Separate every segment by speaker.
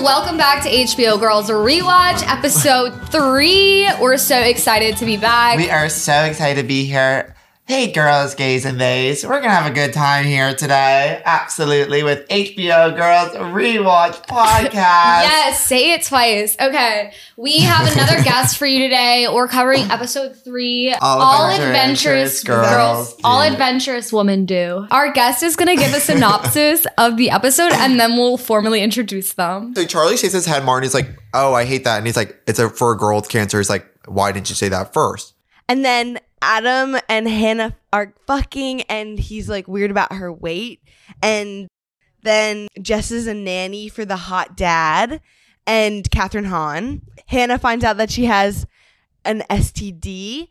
Speaker 1: welcome back to HBO Girls Rewatch, episode three. We're so excited to be back.
Speaker 2: We are so excited to be here. Hey, girls, gays, and theys. We're going to have a good time here today. Absolutely. With HBO Girls Rewatch Podcast.
Speaker 1: yes, say it twice. Okay. We have another guest for you today. We're covering episode three
Speaker 2: All Adventurous Girls Do.
Speaker 1: All Adventurous Women Do. Our guest is going to give a synopsis of the episode and then we'll formally introduce them.
Speaker 3: So Charlie shakes his head. Marty's like, "Oh, I hate that," and he's like, "It's a for a girl with cancer." He's like, "Why didn't you say that first?
Speaker 4: And then Adam and Hannah are fucking, and he's like weird about her weight. And then Jess is a nanny for the hot dad and Catherine Hahn. Hannah finds out that she has an STD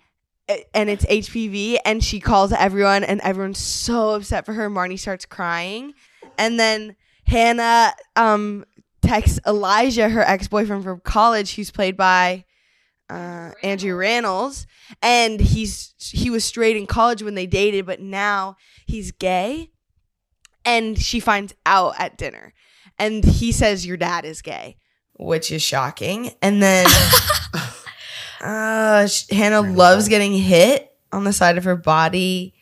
Speaker 4: a- eh, and it's HPV, and she calls everyone, and everyone's so upset for her. Marnie starts crying. And then Hannah um, texts Elijah, her ex boyfriend from college, who's played by uh, Andrew Rannells, and he's he was straight in college when they dated, but now he's gay, and she finds out at dinner, and he says your dad is gay, which is shocking, and then uh, sh- Hannah loves getting hit on the side of her body.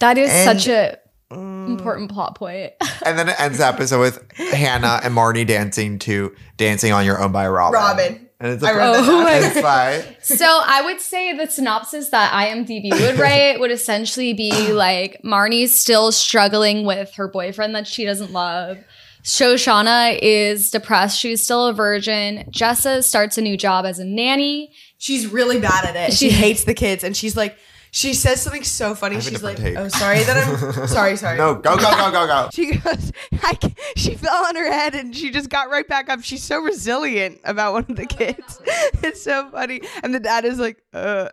Speaker 1: That is
Speaker 4: And-
Speaker 1: such a
Speaker 4: Mm.
Speaker 1: important plot point.
Speaker 3: And then it ends the episode with Hannah and Marty dancing to "Dancing on Your Own" by Robin.
Speaker 4: Robin.
Speaker 3: And it's a
Speaker 4: I Oh wrote
Speaker 1: that down.
Speaker 3: it's by
Speaker 1: So I would say the synopsis that IMDb would write would essentially be like Marnie's still struggling with her boyfriend that she doesn't love. Shoshana is depressed. She's still a virgin. Jessa starts a new job as a nanny.
Speaker 4: She's really bad at it.
Speaker 1: She-
Speaker 4: She hates the kids, and she's like, she says something so funny.
Speaker 3: have a
Speaker 4: She's like,
Speaker 3: different take.
Speaker 4: "Oh, sorry that I'm sorry, sorry."
Speaker 3: no, go go go go go.
Speaker 4: She goes, I, ca- she fell on her head and she just got right back up. She's so resilient about one of the kids. It's so funny. And the dad is like, uh.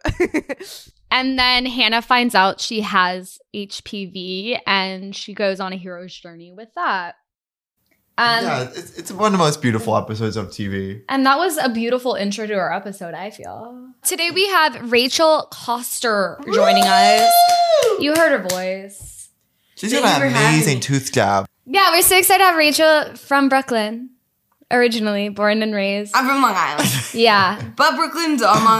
Speaker 1: And then Hannah finds out she has HPV and she goes on a hero's journey with that. Um,
Speaker 3: yeah, it's, it's one of the most beautiful episodes of TV.
Speaker 1: And that was a beautiful intro to our episode, I feel. Today we have Rachel Coster joining us. You heard her voice.
Speaker 3: She's
Speaker 4: Thank
Speaker 3: got
Speaker 4: you
Speaker 3: an
Speaker 4: for having
Speaker 3: amazing
Speaker 4: me.
Speaker 3: tooth job.
Speaker 1: Yeah, we're so excited to have Rachel from Brooklyn, originally born and raised.
Speaker 5: I'm from Long Island,
Speaker 1: Yeah.
Speaker 5: but Brooklyn's on Long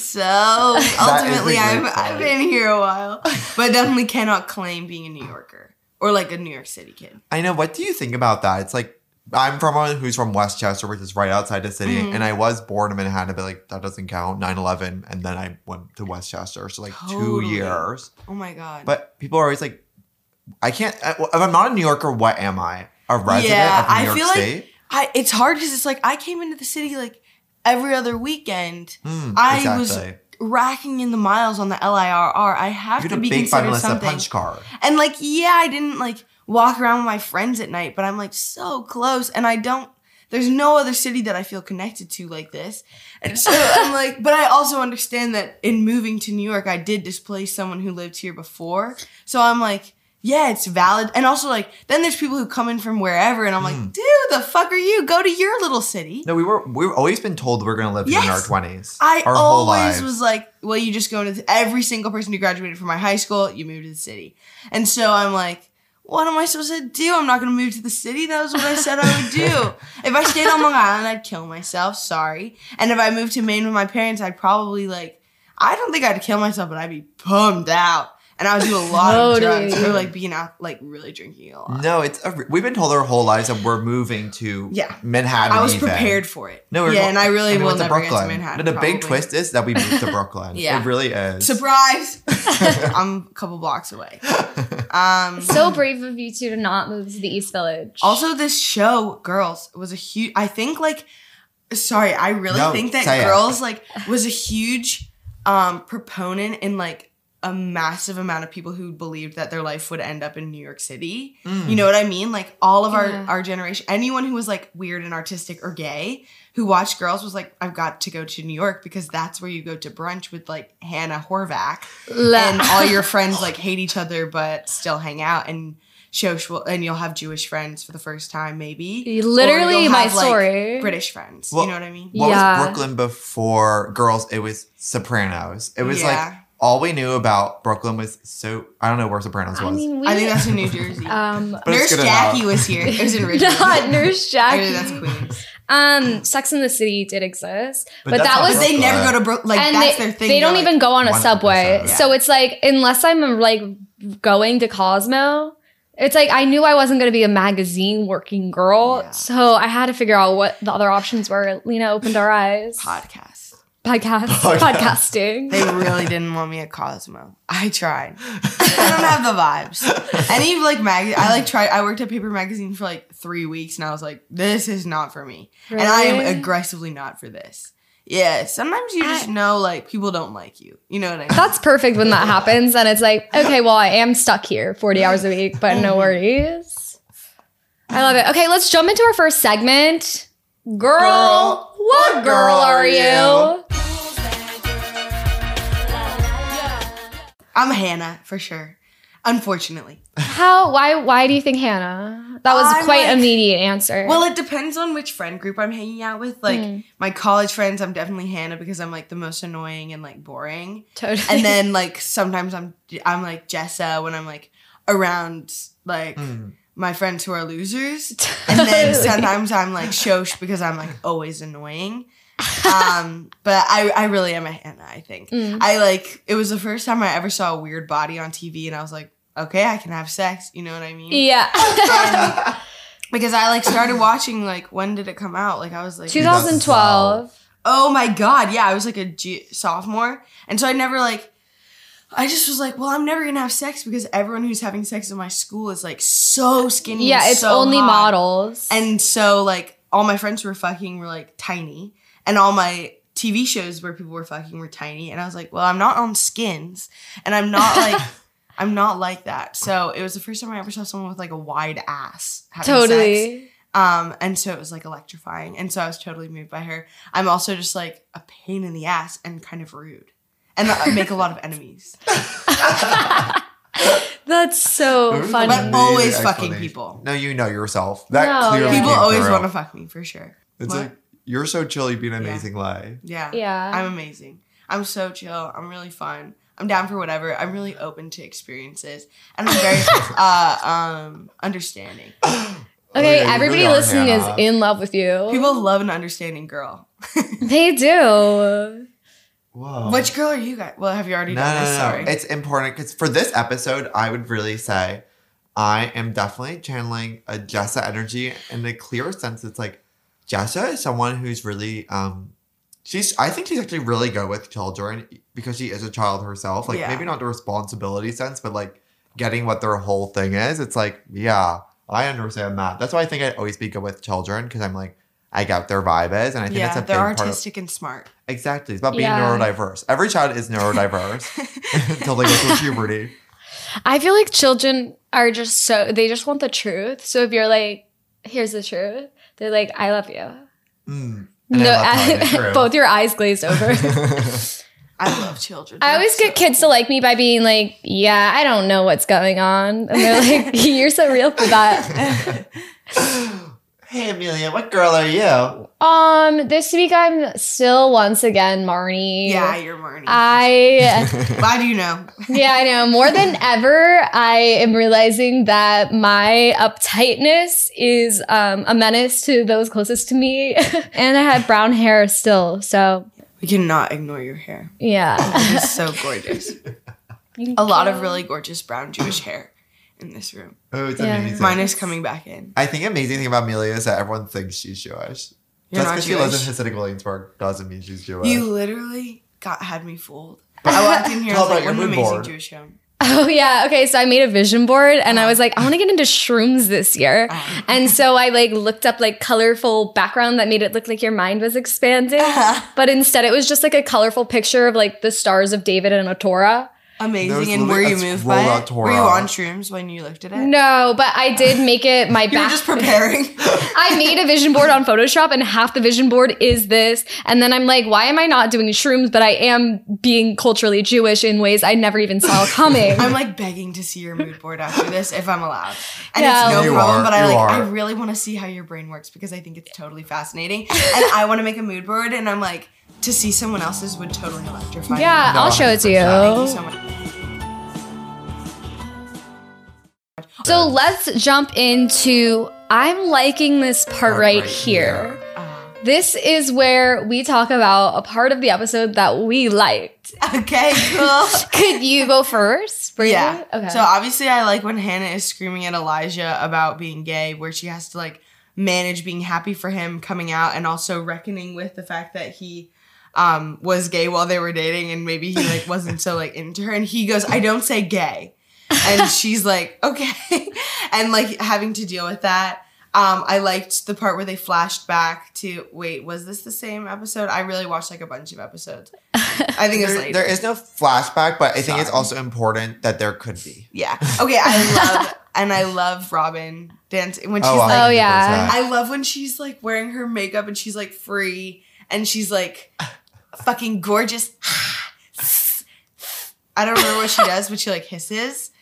Speaker 5: so ultimately
Speaker 3: a
Speaker 5: I've,
Speaker 3: great
Speaker 5: I've been here a while, but definitely cannot claim being a New Yorker or like a New York City kid.
Speaker 3: I know. What do you think about that? It's like I'm from one who's from Westchester, which is right outside the city,
Speaker 5: Mm-hmm.
Speaker 3: and I was born in Manhattan, but like that doesn't count. 9-11, and then I went to Westchester, so like two
Speaker 5: Totally.
Speaker 3: years.
Speaker 5: Oh my god.
Speaker 3: But people are always like, I can't. I- If I'm not a New Yorker, what am I? A resident
Speaker 5: Yeah,
Speaker 3: of New
Speaker 5: I
Speaker 3: York
Speaker 5: feel like-
Speaker 3: State?
Speaker 5: I, it's hard because it's like I came into the city like every other weekend.
Speaker 3: Hmm,
Speaker 5: I
Speaker 3: exactly.
Speaker 5: was racking in the miles on the LIRR. I have
Speaker 3: You're
Speaker 5: to
Speaker 3: a
Speaker 5: be
Speaker 3: big by
Speaker 5: considered
Speaker 3: Melissa
Speaker 5: something.
Speaker 3: punch card.
Speaker 5: And like, yeah, I didn't like walk around with my friends at night, but I'm like so close and I don't there's no other city that I feel connected to like this. And so I'm like, but I also understand that in moving to New York, I did displace someone who lived here before. So I'm like, yeah, it's valid. And also like, then there's people who come in from wherever and I'm like, dude, the fuck are you? Go to your little city.
Speaker 3: No, we were we've always been told we are gonna live in our
Speaker 5: Yes.
Speaker 3: twenties.
Speaker 5: I
Speaker 3: our whole
Speaker 5: always
Speaker 3: lives.
Speaker 5: was like, well, you just go to every single person who graduated from my high school, you moved to the city. And so I'm like, what am I supposed to do? I'm not going to move to the city. That was what I said I would do. if I stayed on Long Island, I'd kill myself. Sorry. And if I moved to Maine with my parents, I'd probably like, I don't think I'd kill myself, but I'd be bummed out. And I would do a lot
Speaker 1: Totally.
Speaker 5: of drugs or like being out, like really drinking a lot.
Speaker 3: no, it's a, we've been told our whole lives that we're moving to
Speaker 5: Yeah.
Speaker 3: Manhattan.
Speaker 5: I was
Speaker 3: even.
Speaker 5: prepared for it.
Speaker 3: No, we were-
Speaker 5: yeah, and I really
Speaker 3: and we
Speaker 5: will
Speaker 3: went to
Speaker 5: never get to
Speaker 3: Brooklyn.
Speaker 5: Manhattan.
Speaker 3: No, the big
Speaker 5: probably.
Speaker 3: twist is that we moved to Brooklyn.
Speaker 5: Yeah.
Speaker 3: it really is.
Speaker 5: Surprise! I'm a couple blocks away. Um,
Speaker 1: So brave of you two to not move to the East Village.
Speaker 5: also, this show, Girls, was a huge. I think like, sorry, I really
Speaker 3: No,
Speaker 5: think that
Speaker 3: say it.
Speaker 5: Girls like was a huge um, proponent in like a massive amount of people who believed that their life would end up in New York City.
Speaker 3: Mm.
Speaker 5: You know what I mean? Like all of our
Speaker 1: Yeah.
Speaker 5: our generation, anyone who was like weird and artistic or gay who watched Girls was like, I've got to go to New York because that's where you go to brunch with like Hannah Horvath and all your friends like hate each other but still hang out and show and you'll have Jewish friends for the first time maybe. Or
Speaker 1: literally
Speaker 5: you'll
Speaker 1: my
Speaker 5: have, like,
Speaker 1: story.
Speaker 5: British friends.
Speaker 3: Well-
Speaker 5: you know what I mean?
Speaker 3: what
Speaker 1: Yeah.
Speaker 3: was Brooklyn before Girls? It was Sopranos. It was
Speaker 5: Yeah.
Speaker 3: like all we knew about Brooklyn was so I don't know where Sopranos
Speaker 1: I
Speaker 3: was.
Speaker 1: mean, we.
Speaker 5: I think that's in New Jersey.
Speaker 1: um,
Speaker 3: But it's
Speaker 5: Nurse
Speaker 3: good
Speaker 5: Jackie
Speaker 3: enough.
Speaker 5: was here. It was in Richmond.
Speaker 1: not Nurse
Speaker 5: I
Speaker 1: Jackie.
Speaker 5: mean, that's Queens.
Speaker 1: Um, Sex in the City did exist, but,
Speaker 3: But that's
Speaker 1: that
Speaker 3: not
Speaker 1: was
Speaker 5: But they never go to Brooklyn. Like,
Speaker 1: and
Speaker 5: that's
Speaker 1: they,
Speaker 5: their thing.
Speaker 1: they don't
Speaker 5: They're
Speaker 1: even go on a
Speaker 3: 100%.
Speaker 1: subway.
Speaker 3: Yeah.
Speaker 1: So it's like unless I'm like going to Cosmo, it's like I knew I wasn't going to be a magazine working girl.
Speaker 5: Yeah.
Speaker 1: So I had to figure out what the other options were. Lena opened our eyes.
Speaker 5: like, podcast.
Speaker 1: Podcast,
Speaker 3: Podcast.
Speaker 1: podcasting.
Speaker 5: They really didn't want me at Cosmo. I tried. I don't have the vibes. Any like mag, I like tried. I worked at Paper Magazine for like three weeks, and I was like, this is not for me, and I am
Speaker 1: Really?
Speaker 5: aggressively not for this. Yeah, sometimes you just know like people don't like you. You know what I mean?
Speaker 1: That's perfect when that happens, and it's like, okay, well, I am stuck here 40 hours a week, but no worries. I love it. Okay, let's jump into our first segment. Girl, what, girl, are you?
Speaker 5: I'm Hannah for sure. Unfortunately,
Speaker 1: How? Why? Why do you think Hannah? That was
Speaker 5: I'm
Speaker 1: quite
Speaker 5: like-
Speaker 1: immediate answer.
Speaker 5: Well, it depends on which friend group I'm hanging out with. Like
Speaker 1: Hmm.
Speaker 5: my college friends, I'm definitely Hannah because I'm like the most annoying and like boring.
Speaker 1: totally.
Speaker 5: And then like sometimes I'm I'm like Jessa when I'm like around like
Speaker 3: Hmm.
Speaker 5: my friends who are losers. And then
Speaker 1: Totally.
Speaker 5: sometimes I'm like Shosh because I'm like always annoying. um, but I, I really am a Hannah, I think.
Speaker 1: Mm.
Speaker 5: I like it was the first time I ever saw a weird body on TV and I was like, okay, I can have sex. You know what I mean?
Speaker 1: yeah,
Speaker 5: Because I like started watching like when did it come out? Like I was like
Speaker 1: 2012.
Speaker 5: oh my god yeah i was like a G- sophomore and so i never like i just was like well i'm never gonna have sex because everyone who's having sex in my school is like so skinny
Speaker 1: Yeah,
Speaker 5: and
Speaker 1: it's
Speaker 5: so
Speaker 1: only
Speaker 5: hot.
Speaker 1: models.
Speaker 5: and so like all my friends who were fucking were like tiny and all my tv shows where people were fucking were tiny and i was like well i'm not on skins and i'm not like i'm not like that so it was the first time i ever saw someone with like a wide ass having sex.
Speaker 1: totally.
Speaker 5: Um, and so it was like electrifying. And so I was totally moved by her. I'm also just like a pain in the ass and kind of rude. And I make a lot of enemies.
Speaker 1: That's so
Speaker 3: Ooh.
Speaker 1: funny.
Speaker 5: But always
Speaker 3: Weird
Speaker 5: fucking
Speaker 3: explanation.
Speaker 5: people.
Speaker 3: No, you know yourself. That
Speaker 1: No,
Speaker 3: clearly
Speaker 1: yeah.
Speaker 3: came
Speaker 5: People always
Speaker 3: through.
Speaker 5: want to fuck me for sure.
Speaker 3: It's
Speaker 5: What?
Speaker 3: like you're so chill. You'd be an amazing lie.
Speaker 5: yeah.
Speaker 1: Yeah.
Speaker 5: I'm amazing. I'm so chill. I'm really fun. I'm down for whatever. I'm really open to experiences. And I'm very uh um understanding.
Speaker 1: okay,
Speaker 3: Oh, yeah, you
Speaker 1: everybody
Speaker 3: really are,
Speaker 1: listening
Speaker 3: Hannah.
Speaker 1: is in love with you.
Speaker 5: People love an understanding girl.
Speaker 1: they do.
Speaker 3: Whoa.
Speaker 5: Which girl are you guys? Well, have you already
Speaker 3: Oh. No,
Speaker 5: done
Speaker 3: no,
Speaker 5: this?
Speaker 3: no.
Speaker 5: Sorry.
Speaker 3: It's important because for this episode, I would really say I am definitely channeling a Jessa energy in a clear sense. It's like Jessa is someone who's really um she's I think she's actually really good with children because she is a child herself. Like
Speaker 5: Yeah.
Speaker 3: maybe not the responsibility sense, but like getting what their whole thing is. It's like, yeah, I understand that. That's why I think I'd always be good with children because I'm like, I get what their vibe is. And I think
Speaker 5: yeah,
Speaker 3: that's a
Speaker 5: they're
Speaker 3: big part of
Speaker 5: artistic and smart.
Speaker 3: Exactly. It's about being
Speaker 1: Yeah.
Speaker 3: neurodiverse. Every child is neurodiverse until they go through puberty.
Speaker 1: I feel like children are just so they just want the truth. So if you're like, here's the truth, they're like, I love you.
Speaker 3: Mm. And I
Speaker 1: No,
Speaker 3: love how it's true.
Speaker 1: both your eyes glazed over.
Speaker 5: I love children.
Speaker 1: I always get kids to like me by being like, yeah, I don't know what's going on. And they're like, you're so real for that.
Speaker 2: Hey, Amelia, what girl are you?
Speaker 1: Um, this week I'm still once again Marnie.
Speaker 5: Yeah, you're Marnie.
Speaker 1: I
Speaker 5: Why do you know?
Speaker 1: Yeah, I know. More than ever, I am realizing that my uptightness is um, a menace to those closest to me. and I had brown hair still. So,
Speaker 5: We cannot ignore your hair.
Speaker 1: yeah.
Speaker 5: It's so gorgeous. A lot of really gorgeous brown Jewish hair in this room.
Speaker 3: oh, it's
Speaker 1: Yeah.
Speaker 3: amazing.
Speaker 5: Mine is coming back in.
Speaker 3: I think the amazing thing about Amelia is that everyone thinks she's Jewish.
Speaker 5: You're
Speaker 3: Just
Speaker 5: not
Speaker 3: because she lives in
Speaker 5: Jewish.
Speaker 3: Hasidic Williamsburg doesn't mean she's Jewish.
Speaker 5: You literally got had me fooled. I walked in here. I
Speaker 3: Tell
Speaker 5: was like,
Speaker 3: about
Speaker 5: "What an
Speaker 3: your
Speaker 5: amazing
Speaker 3: mood board.
Speaker 5: Jewish home."
Speaker 1: Oh, yeah. Okay. So I made a vision board and I was like, I want to get into shrooms this year.
Speaker 5: Uh-huh.
Speaker 1: And so I like looked up like colorful background that made it look like your mind was expanding.
Speaker 5: Uh-huh.
Speaker 1: But instead, it was just like a colorful picture of like the stars of David and a Torah.
Speaker 5: Amazing.
Speaker 3: There's
Speaker 5: And were you
Speaker 3: literally a
Speaker 5: moved
Speaker 3: scroll
Speaker 5: by
Speaker 3: out
Speaker 5: it? Were you
Speaker 3: Torah.
Speaker 5: on shrooms when you looked at it?
Speaker 1: No, but I did make it my
Speaker 5: You were
Speaker 1: back.
Speaker 5: just preparing.
Speaker 1: I made a vision board on Photoshop, and half the vision board is this. And then I'm like, why am I not doing shrooms? But I am being culturally Jewish in ways I never even saw coming.
Speaker 5: I'm like begging to see your mood board after this if I'm allowed. And
Speaker 1: No.
Speaker 5: it's no
Speaker 3: You
Speaker 5: problem,
Speaker 3: are,
Speaker 5: but I
Speaker 3: you
Speaker 5: like
Speaker 3: are.
Speaker 5: I really want to see how your brain works because I think it's totally fascinating. and I want to make a mood board and I'm like to see someone else's would totally electrify
Speaker 1: Yeah,
Speaker 3: No,
Speaker 1: I'll show it to you.
Speaker 5: 100%. Thank you so much.
Speaker 1: So let's jump into I'm liking this part,
Speaker 3: Part
Speaker 1: right,
Speaker 3: right
Speaker 1: here.
Speaker 3: here.
Speaker 1: This is where we talk about a part of the episode that we liked.
Speaker 5: Ah. Okay, cool.
Speaker 1: Could you go first? Brayden?
Speaker 5: Oh. Yeah.
Speaker 1: Okay.
Speaker 5: So obviously, I like when Hannah is screaming at Elijah about being gay, where she has to like manage being happy for him coming out and also reckoning with the fact that he um, was gay while they were dating and maybe he like wasn't so like into her. And he goes, "I don't say gay," and she's like, "Okay," and like having to deal with that. Um, I liked the part where they flashed back to wait, was this the same episode? I really watched like a bunch of episodes. I think it was
Speaker 3: There-
Speaker 5: later.
Speaker 3: there is no flashback, but I think it's
Speaker 5: Sorry.
Speaker 3: also important that there could be.
Speaker 5: Yeah. Okay. I love and I love Robin dancing when she's
Speaker 3: I
Speaker 5: like.
Speaker 1: Oh,
Speaker 3: think it
Speaker 1: yeah.
Speaker 3: was that.
Speaker 5: I love when she's like wearing her makeup and she's like free and she's like fucking gorgeous. I don't remember what she does, but she like hisses.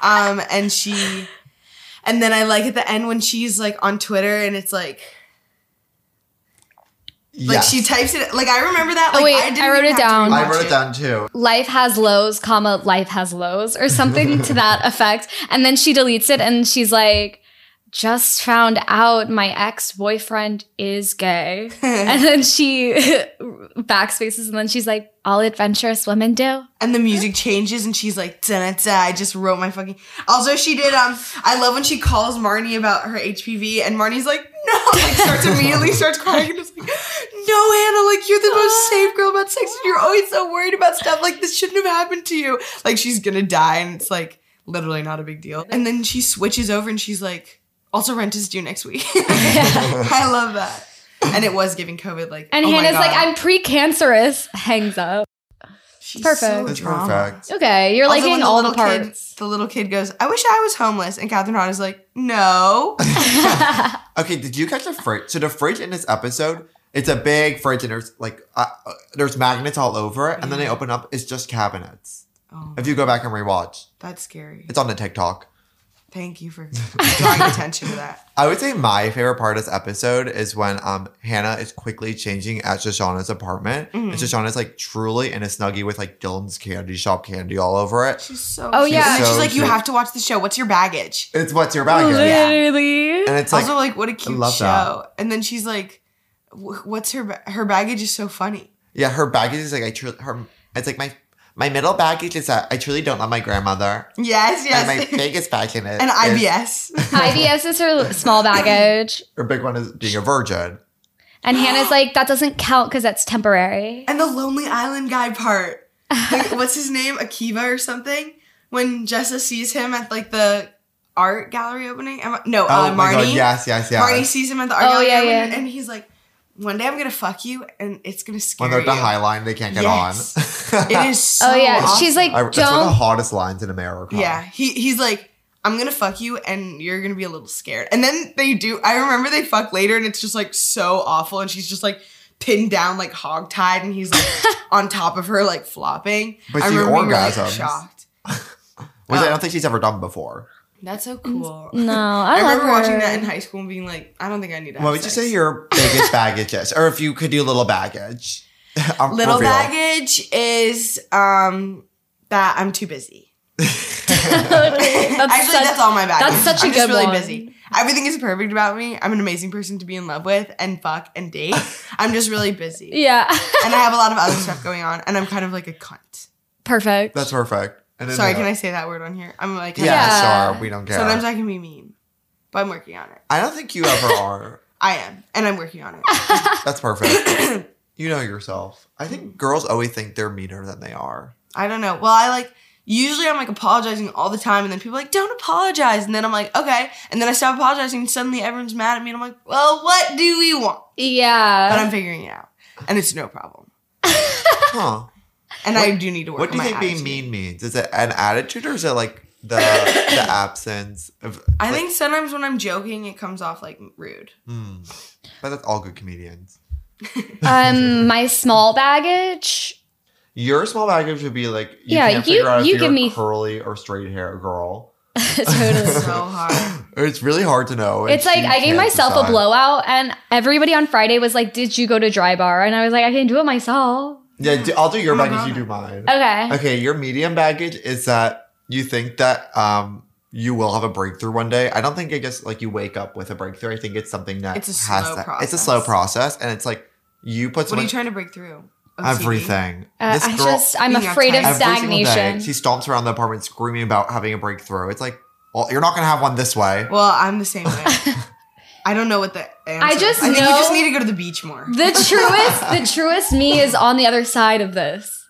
Speaker 5: Um, and she, and then I like at the end when she's like on Twitter and it's like like
Speaker 3: Yes.
Speaker 5: she types it like I remember that.
Speaker 1: Oh,
Speaker 5: Like,
Speaker 1: wait, I wrote
Speaker 5: even
Speaker 1: it
Speaker 5: have to
Speaker 1: down.
Speaker 5: rewatch
Speaker 3: I wrote it down too.
Speaker 1: life has lows, comma, life has lows, or something to that effect. And then she deletes it and she's like, just found out my ex boyfriend is gay. and then she backspaces and then she's like, all adventurous women do.
Speaker 5: and the music changes and she's like da da I just wrote my fucking also she did um I love when she calls Marnie about her HPV and Marnie's like no like starts immediately starts crying and is like no Hannah like you're the most safe girl about sex and you're always so worried about stuff like this shouldn't have happened to you like she's gonna die and it's like literally not a big deal and then she switches over and she's like also rent is due next week I love that and it was giving COVID like
Speaker 1: And
Speaker 5: oh my
Speaker 1: Hannah's
Speaker 5: God.
Speaker 1: like, I'm precancerous, hangs up.
Speaker 5: She's
Speaker 1: perfect.
Speaker 5: so
Speaker 3: It's
Speaker 5: drama.
Speaker 3: perfect.
Speaker 1: Okay, you're
Speaker 5: Also, when
Speaker 1: liking all the
Speaker 5: little kid-
Speaker 1: parts.
Speaker 5: the little kid goes, "I wish I was homeless," and Catherine Hahn is like, "No."
Speaker 3: Okay, did you catch the fridge? So the fridge in this episode, it's a big fridge and there's like uh, uh, there's magnets all over it, and then they
Speaker 5: Mm-hmm.
Speaker 3: open up, it's just cabinets.
Speaker 5: oh,
Speaker 3: If you go back and rewatch,
Speaker 5: that's scary.
Speaker 3: it's on the TikTok.
Speaker 5: Thank you for drawing attention to that.
Speaker 3: I would say my favorite part of this episode is when um Hannah is quickly changing at Shoshana's apartment, and
Speaker 5: Mm-hmm.
Speaker 3: Shoshana's like truly in a snuggie with like Dylan's candy shop candy all over it.
Speaker 5: She's so.
Speaker 1: Oh,
Speaker 5: cute.
Speaker 1: yeah.
Speaker 5: And then she's
Speaker 3: So
Speaker 5: like, "You
Speaker 3: cute.
Speaker 5: have to watch the show. What's your baggage?"
Speaker 3: It's what's your bag?
Speaker 5: Yeah.
Speaker 1: Literally.
Speaker 3: And it's like
Speaker 5: also, like, what a cute
Speaker 3: love
Speaker 5: show.
Speaker 3: that.
Speaker 5: And then she's like, "Wh- "What's her ba- her baggage?" Is so funny.
Speaker 3: yeah, her baggage is like I truly her. It's like my my middle baggage is that I truly don't love my grandmother,
Speaker 5: Yes, yes.
Speaker 3: and my biggest baggage is
Speaker 5: and IBS.
Speaker 1: IBS is her small baggage.
Speaker 3: Her big one is being a virgin.
Speaker 1: And Hannah's like, that doesn't count because that's temporary.
Speaker 5: And the Lonely Island guy part. Like, what's his name? Akiva or something? When Jessa sees him at like the art gallery opening. Am I- no,
Speaker 3: Oh
Speaker 5: uh, Marnie.
Speaker 3: Yes, yes, yes.
Speaker 5: Marnie sees him at the art
Speaker 1: Oh,
Speaker 5: gallery
Speaker 1: yeah,
Speaker 5: opening,
Speaker 1: yeah.
Speaker 5: and he's like, "One day I'm gonna fuck you, and it's gonna scare
Speaker 3: when they're at the
Speaker 5: you."
Speaker 3: high line, they can't get
Speaker 5: Yes.
Speaker 3: on.
Speaker 5: It is so.
Speaker 1: oh, yeah.
Speaker 5: awesome.
Speaker 1: She's like,
Speaker 3: I,
Speaker 1: don't.
Speaker 3: that's one of the hottest lines in America.
Speaker 5: yeah. He he's like, "I'm gonna fuck you, and you're gonna be a little scared." And then they do. I remember they fuck later, and it's just like so awful, and she's just like pinned down like hogtied, and he's like on top of her like flopping.
Speaker 3: But
Speaker 5: I
Speaker 3: she
Speaker 5: remember being, like,
Speaker 3: orgasms.
Speaker 5: shocked.
Speaker 3: which I
Speaker 5: Oh.
Speaker 3: don't think she's ever done before.
Speaker 5: That's so cool.
Speaker 1: No, I,
Speaker 5: I,
Speaker 1: love
Speaker 5: remember
Speaker 1: her.
Speaker 5: watching that in high school and being like, I don't think I need to.
Speaker 3: What
Speaker 5: have
Speaker 3: would you
Speaker 5: sex.
Speaker 3: say your biggest baggage is, or if you could do little baggage? I'm
Speaker 5: Little
Speaker 3: reveal.
Speaker 5: baggage is um that I'm too busy.
Speaker 1: that's
Speaker 5: Actually,
Speaker 1: such-
Speaker 5: that's all my baggage.
Speaker 1: that's such a
Speaker 5: I'm just
Speaker 1: good
Speaker 5: really
Speaker 1: one.
Speaker 5: busy. Everything is perfect about me. I'm an amazing person to be in love with and fuck and date. I'm just really busy.
Speaker 1: yeah,
Speaker 5: And I have a lot of other stuff going on and I'm kind of like a cunt.
Speaker 1: perfect.
Speaker 3: That's perfect. And then
Speaker 5: Sorry,
Speaker 3: the-
Speaker 5: can I say that word on here? I'm like
Speaker 3: Yeah,
Speaker 1: Yeah.
Speaker 3: sure. We don't care.
Speaker 5: sometimes
Speaker 3: Sometimes I,
Speaker 5: I can be mean. But I'm working on it.
Speaker 3: don't think you ever are.
Speaker 5: I am. And I'm working on it.
Speaker 3: That's perfect. you know yourself. I think girls always think they're meaner than they are.
Speaker 5: I don't know. Well, I like usually I'm like apologizing all the time, and then people are like don't apologize, and then I'm like okay, and then I stop apologizing, and suddenly everyone's mad at me, and I'm like, well, what do we want? But
Speaker 1: yeah,
Speaker 5: I'm figuring it out, and it's no problem.
Speaker 3: Huh?
Speaker 5: And I do need to work.
Speaker 3: What do you
Speaker 5: on my
Speaker 3: think
Speaker 5: attitude.
Speaker 3: being mean means? Is it an attitude, or is it like the the absence of?
Speaker 5: I
Speaker 3: like-
Speaker 5: think sometimes when I'm joking, it comes off like rude.
Speaker 3: Hmm. But that's all good comedians.
Speaker 1: um, my small baggage.
Speaker 3: Your small baggage would be like you
Speaker 1: Yeah,
Speaker 3: can't
Speaker 1: you-
Speaker 3: figure out
Speaker 1: you
Speaker 3: if
Speaker 1: give
Speaker 3: you're
Speaker 1: me-
Speaker 3: curly or straight hair girl.
Speaker 1: totally.
Speaker 5: so hard.
Speaker 3: It's really hard to know. and
Speaker 1: It's like
Speaker 3: you
Speaker 1: I gave
Speaker 3: can't
Speaker 1: myself
Speaker 3: decide.
Speaker 1: a blowout, and everybody on Friday was like, "Did you go to dry bar?" And I was like, "I can do it myself."
Speaker 3: Yeah, do, I'll do your
Speaker 5: Oh my
Speaker 3: baggage. You
Speaker 5: God.
Speaker 3: do
Speaker 1: Uh-huh.
Speaker 3: mine.
Speaker 1: Okay.
Speaker 3: Okay, your medium baggage is that you think that um you will have a breakthrough one day. I don't think it just like you wake up with a breakthrough. I think it's something that
Speaker 5: It's a
Speaker 3: has
Speaker 5: slow
Speaker 3: that- It's a slow
Speaker 5: process.
Speaker 3: process, and it's like you put so
Speaker 5: What are you
Speaker 3: much-
Speaker 5: trying to break through? OCD?
Speaker 3: everything.
Speaker 1: Uh, I just I'm
Speaker 5: being
Speaker 1: afraid of
Speaker 5: uptight.
Speaker 3: every single
Speaker 1: stagnation.
Speaker 3: Day, she stomps around the apartment screaming about having a breakthrough. It's like, well, you're not gonna have one this way.
Speaker 5: Well, I'm the same way. I don't know what the answer
Speaker 1: I just
Speaker 5: is. I think
Speaker 1: know-
Speaker 5: you just need to go to the beach more.
Speaker 1: the truest, the truest me is on the other side of this.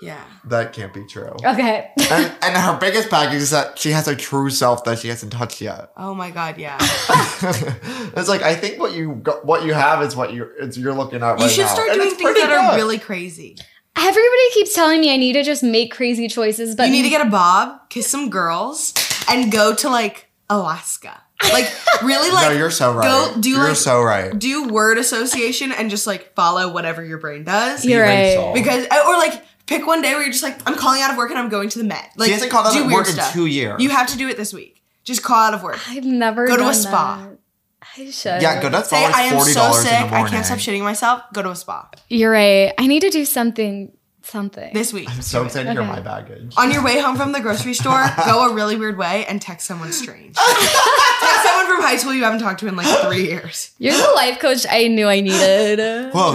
Speaker 5: yeah.
Speaker 3: That can't be true.
Speaker 5: Oh.
Speaker 1: Okay.
Speaker 3: and, and her biggest baggage is that she has her true self that she hasn't touched yet.
Speaker 5: Oh my god, yeah.
Speaker 3: it's like I think what you got, what you have is what you it's you're looking at.
Speaker 5: You
Speaker 3: right
Speaker 5: should
Speaker 3: now,
Speaker 5: start
Speaker 3: and
Speaker 5: doing
Speaker 3: it's
Speaker 5: things
Speaker 3: pretty
Speaker 5: that are
Speaker 3: good.
Speaker 5: really crazy.
Speaker 1: Everybody keeps telling me I need to just make crazy choices, but
Speaker 5: you need to get a bob, kiss some girls, and go to like Alaska. Like really like
Speaker 3: no, you're so right.
Speaker 5: go do
Speaker 3: you're
Speaker 5: like
Speaker 3: so right.
Speaker 5: do word association and just like follow whatever your brain does.
Speaker 1: You're right.
Speaker 3: Rachel.
Speaker 5: Because uh, or like pick one day where you're just like I'm calling out of work and I'm going to the Met. Like
Speaker 3: she hasn't called out
Speaker 5: do
Speaker 3: at
Speaker 5: weird
Speaker 3: work
Speaker 5: stuff.
Speaker 3: in two years.
Speaker 5: You have to do it this week. Just call out of work.
Speaker 1: I've never
Speaker 5: Go to a
Speaker 1: done
Speaker 5: spa.
Speaker 1: that. I should.
Speaker 3: yeah, go to
Speaker 5: uh, Say
Speaker 3: like
Speaker 5: I am
Speaker 3: forty
Speaker 5: so
Speaker 3: dollars
Speaker 5: sick.
Speaker 3: in the morning.
Speaker 5: I can't stop shitting myself. Go to a spa
Speaker 1: You're right. I need to do something. Something.
Speaker 5: this week.
Speaker 3: I'm so
Speaker 5: Do it.
Speaker 3: excited to hear
Speaker 1: Okay.
Speaker 3: my baggage.
Speaker 5: On your way home from the grocery store, go a really weird way and text someone strange. text someone from high school you haven't talked to in like three years.
Speaker 1: You're the life coach I knew I needed.
Speaker 3: Whoa,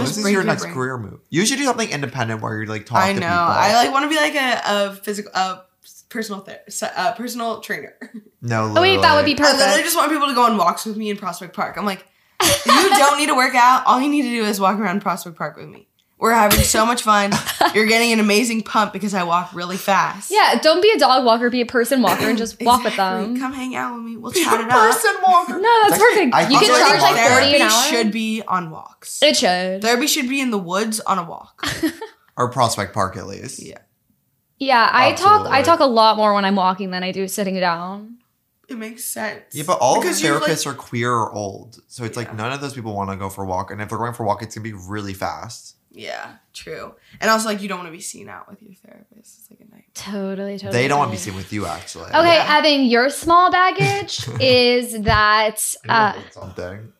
Speaker 5: Just
Speaker 3: this is
Speaker 5: break
Speaker 3: your
Speaker 5: your
Speaker 3: next
Speaker 5: brain.
Speaker 3: career move. You should do something independent where you like talk
Speaker 5: I
Speaker 3: to
Speaker 5: know.
Speaker 3: people.
Speaker 5: I like want to be like a, a physical, a personal, ther- so- a personal trainer.
Speaker 3: no.
Speaker 1: Oh wait, that would
Speaker 3: literally.
Speaker 1: be
Speaker 5: I literally
Speaker 1: perfect.
Speaker 5: just want people to go on walks with me in Prospect Park. I'm like, you don't need to work out. All you need to do is walk around Prospect Park with me. We're having so much fun. You're getting an amazing pump because I walk really fast.
Speaker 1: Yeah, don't be a dog walker, be a person walker and just walk with
Speaker 5: Exactly.
Speaker 1: them.
Speaker 5: Come hang out with me. We'll
Speaker 3: Be
Speaker 5: chat
Speaker 3: a
Speaker 5: it up.
Speaker 3: person walker.
Speaker 1: No, that's
Speaker 3: Actually,
Speaker 1: perfect.
Speaker 3: I
Speaker 1: You can
Speaker 3: think
Speaker 5: Also, I
Speaker 1: charge
Speaker 5: think
Speaker 1: like 40 an
Speaker 5: therapy
Speaker 1: hour.
Speaker 5: should be on walks.
Speaker 1: It should.
Speaker 5: Therapy should be in the woods on a walk.
Speaker 3: or Prospect Park at least.
Speaker 5: Yeah.
Speaker 1: Yeah, I talk I
Speaker 3: Absolutely.
Speaker 1: talk a lot more when I'm walking than I do sitting down.
Speaker 5: It makes sense.
Speaker 3: Yeah, but all
Speaker 5: Because
Speaker 3: the
Speaker 5: you're, like-
Speaker 3: therapists are queer or old, so it's like none of those people want to go for a walk. And if they're going for a walk, it's gonna be really fast.
Speaker 5: Yeah, true. And also, like, you don't want to be seen out with your therapist. It's like a night.
Speaker 1: Totally, totally.
Speaker 3: They don't want to be seen with you, actually.
Speaker 1: Okay,
Speaker 5: Yeah.
Speaker 1: Evan, your small baggage is that uh,
Speaker 3: something.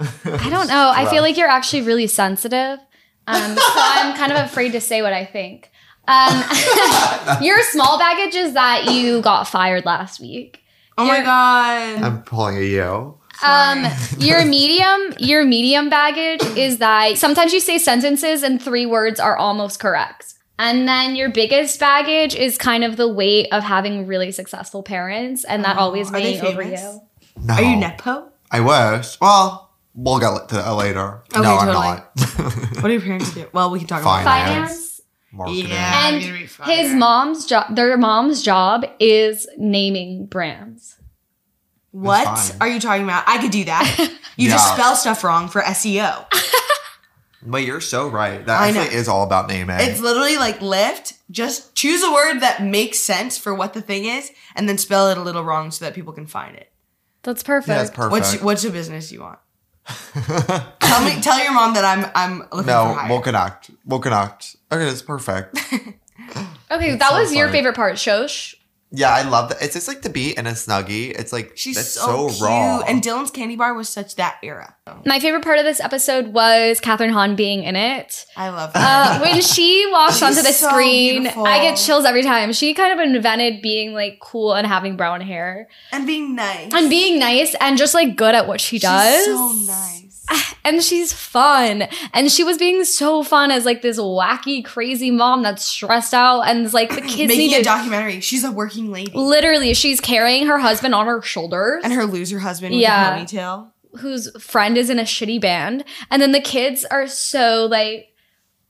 Speaker 1: I don't know. I feel like you're actually really sensitive. Um, so I'm kind of afraid to say what I think. Um, your small baggage is that you got fired last week.
Speaker 5: Oh my
Speaker 1: You're-
Speaker 5: god.
Speaker 3: I'm pulling at you.
Speaker 1: Um, your medium, your medium baggage is that sometimes you say sentences and three words are almost correct. And then your biggest baggage is kind of the weight of having really successful parents and that
Speaker 5: Oh,
Speaker 1: always
Speaker 5: are they
Speaker 1: weighing over
Speaker 5: famous?
Speaker 1: you.
Speaker 3: No.
Speaker 5: Are you nepo?
Speaker 3: I wish. Well, we'll get to that later.
Speaker 5: Okay,
Speaker 3: no, I'm
Speaker 5: totally.
Speaker 3: not.
Speaker 5: What do your parents do? Well, we can talk
Speaker 3: Fine.
Speaker 5: about
Speaker 1: Finance.
Speaker 3: Finance. Marketing.
Speaker 5: Yeah. I'm
Speaker 1: And
Speaker 5: gonna be fired.
Speaker 1: his mom's job, their mom's job is naming brands.
Speaker 5: What
Speaker 3: fine.
Speaker 5: are you talking about? I could do that. You
Speaker 3: Yeah.
Speaker 5: just spell stuff wrong for E SEO.
Speaker 3: But you're so right. That
Speaker 5: I know.
Speaker 3: actually is all about naming.
Speaker 5: It's literally like lift. Just choose a word that makes sense for what the thing is, and then spell it a little wrong so that people can find it.
Speaker 1: That's perfect.
Speaker 3: yeah, that's
Speaker 5: What's
Speaker 3: perfect.
Speaker 5: what's the business you want?
Speaker 3: What's,
Speaker 5: Tell me. Tell your mom that I'm I'm looking for
Speaker 3: no,
Speaker 5: hire.
Speaker 3: we'll connect. We'll connect. Okay, that's perfect.
Speaker 1: Okay,
Speaker 3: That's
Speaker 1: that
Speaker 3: so
Speaker 1: was your
Speaker 3: funny.
Speaker 1: favorite part, Shosh.
Speaker 3: Yeah, I love that. It's just like to be in a snuggie. It's like
Speaker 5: She's
Speaker 3: that's
Speaker 5: so, cute.
Speaker 3: raw.
Speaker 5: And Dylan's candy bar was such that era.
Speaker 1: My favorite part of this episode was Catherine Hahn being in it.
Speaker 5: I love
Speaker 1: Uh,
Speaker 5: that.
Speaker 1: when she walks
Speaker 5: She's
Speaker 1: onto the
Speaker 5: so
Speaker 1: screen,
Speaker 5: beautiful.
Speaker 1: I get chills every time. She kind of invented being like cool and having brown hair
Speaker 5: and being nice.
Speaker 1: and being nice and just like good at what she
Speaker 5: She's
Speaker 1: does. Ah,
Speaker 5: so nice.
Speaker 1: And she's fun. And she was being so fun as like this wacky, crazy mom that's stressed out and is like the kids
Speaker 5: Making
Speaker 1: need
Speaker 5: a
Speaker 1: to-
Speaker 5: documentary. She's a working lady.
Speaker 1: Literally, she's carrying her husband on her shoulders.
Speaker 5: and her loser husband with
Speaker 1: Yeah.
Speaker 5: a ponytail.
Speaker 1: whose friend is in a shitty band and then the kids are so like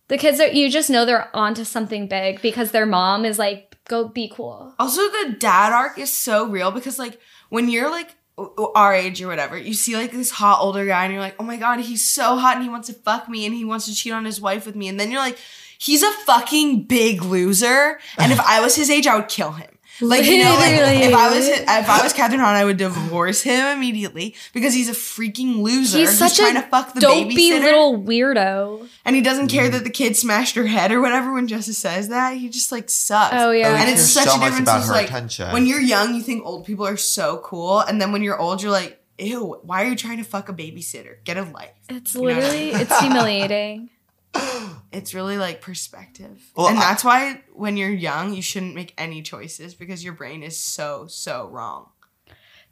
Speaker 1: the kids are you just know they're onto something big because their mom is like go be cool
Speaker 5: Also, the dad arc is so real because, like, when you're like o- o- our age or whatever, you see like this hot older guy and you're like, oh my god, he's so hot and he wants to fuck me and he wants to cheat on his wife with me. And then you're like, he's a fucking big loser. And if I was his age, I would kill him. Like you know, like,
Speaker 1: Literally.
Speaker 5: if I was if I was Catherine Hahn, I would divorce him immediately because he's a freaking loser.
Speaker 1: He's such
Speaker 5: trying
Speaker 1: a
Speaker 5: to fuck the
Speaker 1: dopey
Speaker 5: babysitter,
Speaker 1: little weirdo. Oh,
Speaker 5: and he doesn't care that the kid smashed her head or whatever. When Justice says that, he just like sucks.
Speaker 1: Oh yeah.
Speaker 5: And
Speaker 3: And
Speaker 5: it's
Speaker 3: it's
Speaker 5: such
Speaker 3: so
Speaker 5: a
Speaker 3: much
Speaker 5: difference
Speaker 3: about
Speaker 5: is,
Speaker 3: her
Speaker 5: like,
Speaker 3: attention.
Speaker 5: When you're young, you think old people are so cool, and then when you're old, you're like, ew, why are you trying to fuck a babysitter? Get a life.
Speaker 1: It's
Speaker 5: You know?
Speaker 1: literally it's humiliating.
Speaker 5: It's really like perspective,
Speaker 3: Well,
Speaker 5: and
Speaker 3: I-
Speaker 5: that's why when you're young, you shouldn't make any choices because your brain is so so wrong.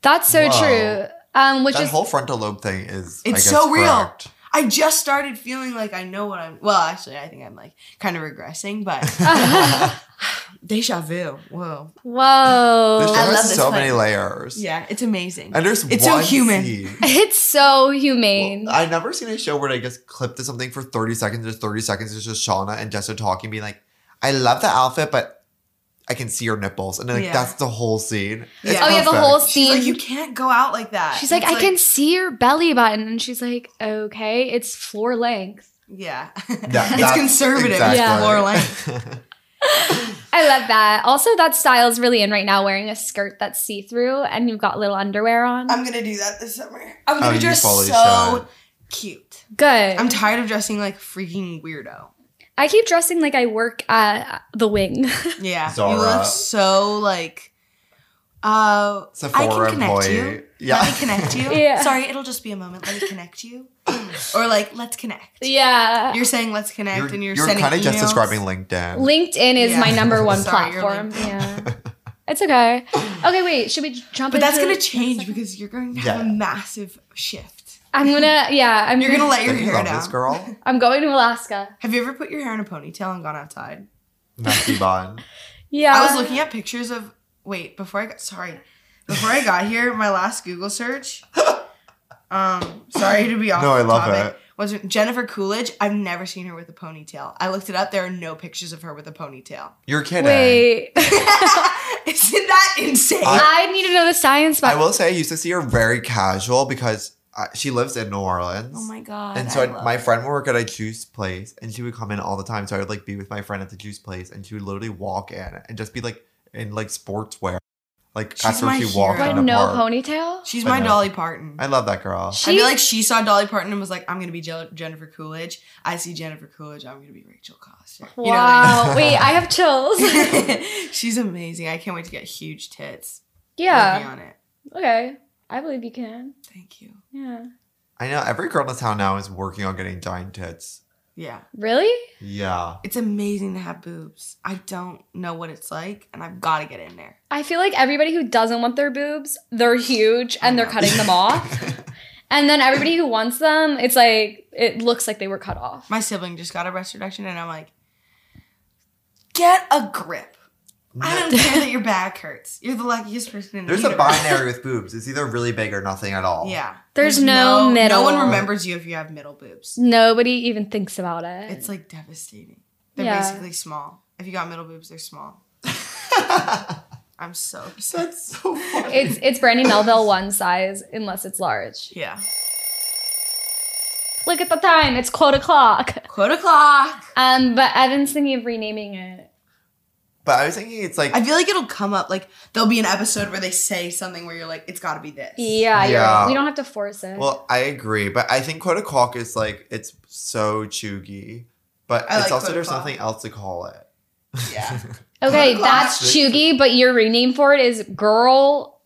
Speaker 1: That's so
Speaker 3: Whoa.
Speaker 1: true. Um, which
Speaker 3: that
Speaker 1: is
Speaker 3: whole frontal lobe thing is I
Speaker 5: It's
Speaker 3: guess,
Speaker 5: so real.
Speaker 3: correct.
Speaker 5: I just started feeling like I know what I'm. Well, actually, I think I'm like kind of regressing, but deja vu. Whoa.
Speaker 1: whoa.
Speaker 3: This show
Speaker 5: I love
Speaker 3: has
Speaker 5: this
Speaker 3: so
Speaker 5: plan.
Speaker 3: many layers.
Speaker 5: Yeah, it's amazing.
Speaker 3: And there's
Speaker 5: It's so
Speaker 3: one
Speaker 5: human.
Speaker 3: scene-
Speaker 1: It's so humane.
Speaker 3: Well, I've never seen a show where they just clip to something for 30 seconds. There's 30 seconds. It's just Shauna and Jessa talking, being like, I love the outfit, but I can see your nipples. And then, like,
Speaker 5: Yeah.
Speaker 3: that's the whole scene.
Speaker 5: Yeah.
Speaker 1: oh yeah, the
Speaker 3: perfect.
Speaker 1: whole
Speaker 5: She's
Speaker 1: scene.
Speaker 5: like, you can't go out like that.
Speaker 1: She's like,
Speaker 5: It's
Speaker 1: I can see your belly button, and she's like, okay, it's floor length.
Speaker 5: Yeah.
Speaker 3: That-
Speaker 5: it's
Speaker 3: that's
Speaker 5: conservative.
Speaker 3: exactly-
Speaker 5: It's floor length.
Speaker 1: I love that. Also, that style's really in right now, wearing a skirt that's see through, and you've got little underwear on.
Speaker 5: I'm gonna do that this summer. I'm
Speaker 3: Oh,
Speaker 5: gonna
Speaker 3: you
Speaker 5: dress so
Speaker 3: fully should.
Speaker 5: cute.
Speaker 1: Good.
Speaker 5: I'm tired of dressing like a freaking weirdo.
Speaker 1: I keep dressing like I work at the wing.
Speaker 5: Yeah, you
Speaker 3: Zara.
Speaker 5: look so like. Uh,
Speaker 3: Sephora
Speaker 5: I can connect
Speaker 3: employee.
Speaker 5: you.
Speaker 3: Yeah.
Speaker 5: Let me connect you.
Speaker 1: Yeah.
Speaker 5: Sorry, it'll just be a moment. Let me connect you. or like, let's connect.
Speaker 1: yeah.
Speaker 5: You're saying let's connect,
Speaker 3: You're,
Speaker 5: and you're,
Speaker 3: you're
Speaker 5: sending
Speaker 3: kind of just
Speaker 5: emails.
Speaker 3: describing LinkedIn.
Speaker 1: LinkedIn is
Speaker 5: Yeah.
Speaker 1: my number one
Speaker 5: Sorry, you're
Speaker 1: platform. Yeah. It's okay. Okay, wait. Should we j- jump?
Speaker 5: But that's
Speaker 1: into-
Speaker 5: gonna change because you're going to have
Speaker 3: Yeah.
Speaker 5: a massive shift.
Speaker 1: I'm gonna. Yeah. I'm
Speaker 5: You're gonna let your
Speaker 3: Don't you
Speaker 5: hair
Speaker 3: love this
Speaker 5: down.
Speaker 3: girl?
Speaker 1: I'm going to Alaska.
Speaker 5: Have you ever put your hair in a ponytail and gone outside?
Speaker 3: Messy bun.
Speaker 1: Yeah.
Speaker 5: I was looking at pictures of. Wait, before I got sorry, before I got here, my last Google search. Um, sorry to be off.
Speaker 3: No, I love
Speaker 5: topic,
Speaker 3: it.
Speaker 5: Was Jennifer Coolidge? I've never seen her with a ponytail. I looked it up. There are no pictures of her with a ponytail.
Speaker 3: You're kidding.
Speaker 1: Wait.
Speaker 5: Isn't that insane?
Speaker 1: I need to know the science
Speaker 3: I
Speaker 1: behind.
Speaker 3: will say I used to see her very casual because uh, she lives in New Orleans.
Speaker 5: oh my god!
Speaker 3: And
Speaker 5: I
Speaker 3: so I-
Speaker 5: love
Speaker 3: my
Speaker 5: it.
Speaker 3: friend would work at a juice place, and she would come in all the time. So I would like be with my friend at the juice place, and she would literally walk in and just be like in like sportswear, like
Speaker 5: She's
Speaker 3: after
Speaker 5: my
Speaker 3: she walked
Speaker 5: hero.
Speaker 1: But
Speaker 3: in the
Speaker 1: no
Speaker 3: park.
Speaker 1: ponytail.
Speaker 5: she's
Speaker 3: I
Speaker 5: my
Speaker 3: know.
Speaker 5: Dolly Parton.
Speaker 3: I love that girl.
Speaker 1: She-
Speaker 5: I feel like she saw Dolly Parton and was like, "I'm gonna be Je- Jennifer Coolidge." I see Jennifer Coolidge. I'm gonna be Rachel Coster. You know what I mean?
Speaker 1: Wow. wait. I have chills.
Speaker 5: She's amazing. I can't wait to get huge tits. Working
Speaker 1: yeah.
Speaker 5: on it.
Speaker 1: Okay. I believe you can.
Speaker 5: Thank you.
Speaker 1: Yeah.
Speaker 3: I know every girl in this town now is working on getting giant tits.
Speaker 5: Yeah.
Speaker 1: Really?
Speaker 3: Yeah,
Speaker 5: It's amazing to have boobs. I don't know what it's like, and I've got to get in there.
Speaker 1: I feel like everybody who doesn't want their boobs, they're huge and they're
Speaker 5: I know.
Speaker 1: cutting them off. And then everybody who wants them, it's like it looks like they were cut off.
Speaker 5: My sibling just got a breast reduction, and I'm like, get a grip. I don't care that your back hurts. You're the luckiest person in the
Speaker 3: there's a
Speaker 5: universe.
Speaker 3: binary with boobs. It's either really big or nothing at all.
Speaker 5: Yeah.
Speaker 1: There's no middle.
Speaker 5: No one remembers you if you have middle boobs.
Speaker 1: Nobody even thinks about it.
Speaker 5: It's like devastating. They're
Speaker 1: Yeah.
Speaker 5: basically small. If you got middle boobs, they're small. I'm so upset.
Speaker 3: that's so funny.
Speaker 1: it's it's Brandy Melville one size unless it's large.
Speaker 5: Yeah.
Speaker 1: Look at the time; it's quote o'clock.
Speaker 5: Quote o'clock.
Speaker 1: Um, but Evan's thinking of renaming it.
Speaker 3: But I was thinking it's like
Speaker 5: I feel like it'll come up. Like there'll be an episode where they say something where you're like, it's got to be this.
Speaker 1: Yeah, you're
Speaker 3: Yeah.
Speaker 1: right. we don't have to force it.
Speaker 3: Well, I agree, but I think quota caulk is like it's so chuggy, but
Speaker 5: I
Speaker 3: it's
Speaker 5: like
Speaker 3: also
Speaker 5: quota
Speaker 3: there's
Speaker 5: caulk.
Speaker 3: nothing else to call it.
Speaker 5: Yeah.
Speaker 1: okay,
Speaker 5: quote o'clock.
Speaker 1: that's Chugi, but your rename for it is Girl.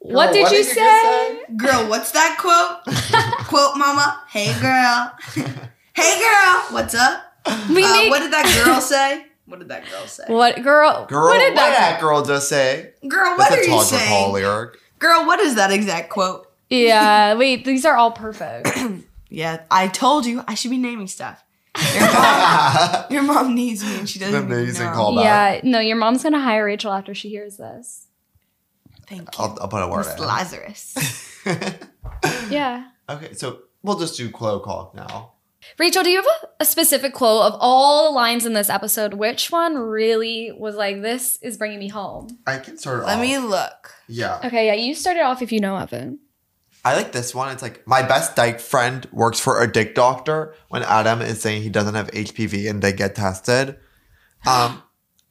Speaker 1: what
Speaker 3: Girl,
Speaker 1: did
Speaker 3: what
Speaker 1: you
Speaker 3: did you
Speaker 1: say?
Speaker 5: Girl, what's that quote? quote, mama. Hey, girl. hey, girl. What's up?
Speaker 1: We
Speaker 5: Uh,
Speaker 1: make
Speaker 5: what
Speaker 1: what,
Speaker 5: did that girl say? What did that girl say?
Speaker 1: girl?
Speaker 3: Girl,
Speaker 1: what did that?
Speaker 3: girl just say?
Speaker 5: Girl, what
Speaker 3: That's
Speaker 5: are
Speaker 3: a
Speaker 5: you
Speaker 3: Todra
Speaker 5: saying?
Speaker 3: Paul lyric.
Speaker 5: Girl, what is that exact quote?
Speaker 1: Yeah, wait, these are all perfect.
Speaker 5: Yeah, I told you I should be naming stuff. Your mom, your mom needs me, and she doesn't. even
Speaker 3: Amazing
Speaker 5: know.
Speaker 3: callback.
Speaker 1: yeah, no, your mom's gonna hire Rachel after she hears this.
Speaker 5: Thank you,
Speaker 3: I'll, I'll put a word
Speaker 5: Miss Lazarus.
Speaker 3: in.
Speaker 1: Yeah.
Speaker 3: okay, so we'll just do quota caulk now.
Speaker 1: Rachel, do you have a, a specific quote of all the lines in this episode? Which one really was like, this is bringing me home?
Speaker 3: I can start. it
Speaker 5: Let
Speaker 3: off.
Speaker 5: me look.
Speaker 3: Yeah,
Speaker 1: Okay, yeah, you started off if you know of it.
Speaker 3: I like this one. It's like my best dyke friend works for a dick doctor. When Adam is saying he doesn't have HPV and they get tested, um,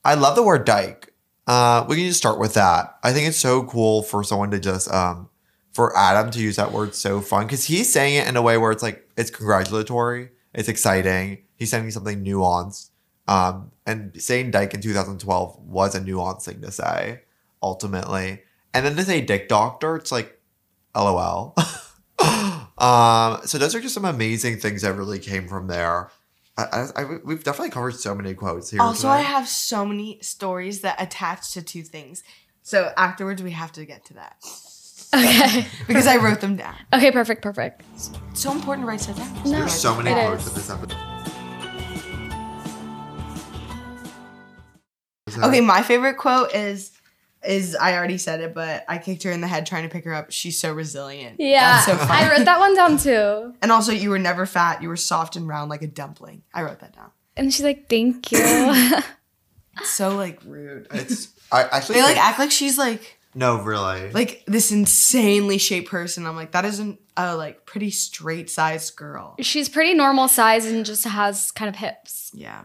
Speaker 3: I love the word dyke. Uh, we can just start with that. I think it's so cool for someone to just um for Adam to use that word so fun because he's saying it in a way where it's like it's congratulatory, it's exciting. He's saying something nuanced. Um, and saying dyke in 2012 was a nuanced thing to say, ultimately. And then to say dick doctor, it's like, lol. um, so those are just some amazing things that really came from there. I, I, I- we've definitely covered so many quotes here.
Speaker 5: Also, I
Speaker 3: tonight.
Speaker 5: have so many stories that attach to two things. So afterwards, we have to get to that
Speaker 1: Okay.
Speaker 5: because I wrote them down.
Speaker 1: Okay, perfect, perfect.
Speaker 5: It's so important to write stuff down.
Speaker 1: No,
Speaker 3: There's so many
Speaker 1: it
Speaker 3: quotes
Speaker 1: is.
Speaker 3: in this episode.
Speaker 5: Okay, my favorite quote is is I already said it, but I kicked her in the head trying to pick her up. She's so resilient.
Speaker 1: Yeah.
Speaker 5: That's so funny.
Speaker 1: I wrote that one down too.
Speaker 5: and also, you were never fat. You were soft and round like a dumpling. I wrote that down.
Speaker 1: And she's like, thank you.
Speaker 5: It's so like rude.
Speaker 3: It's I actually
Speaker 5: They like
Speaker 3: think-
Speaker 5: act like she's like
Speaker 3: no really
Speaker 5: like this insanely shaped person. I'm like that isn't a like pretty straight sized girl.
Speaker 1: she's pretty normal size and just has kind of hips.
Speaker 5: Yeah.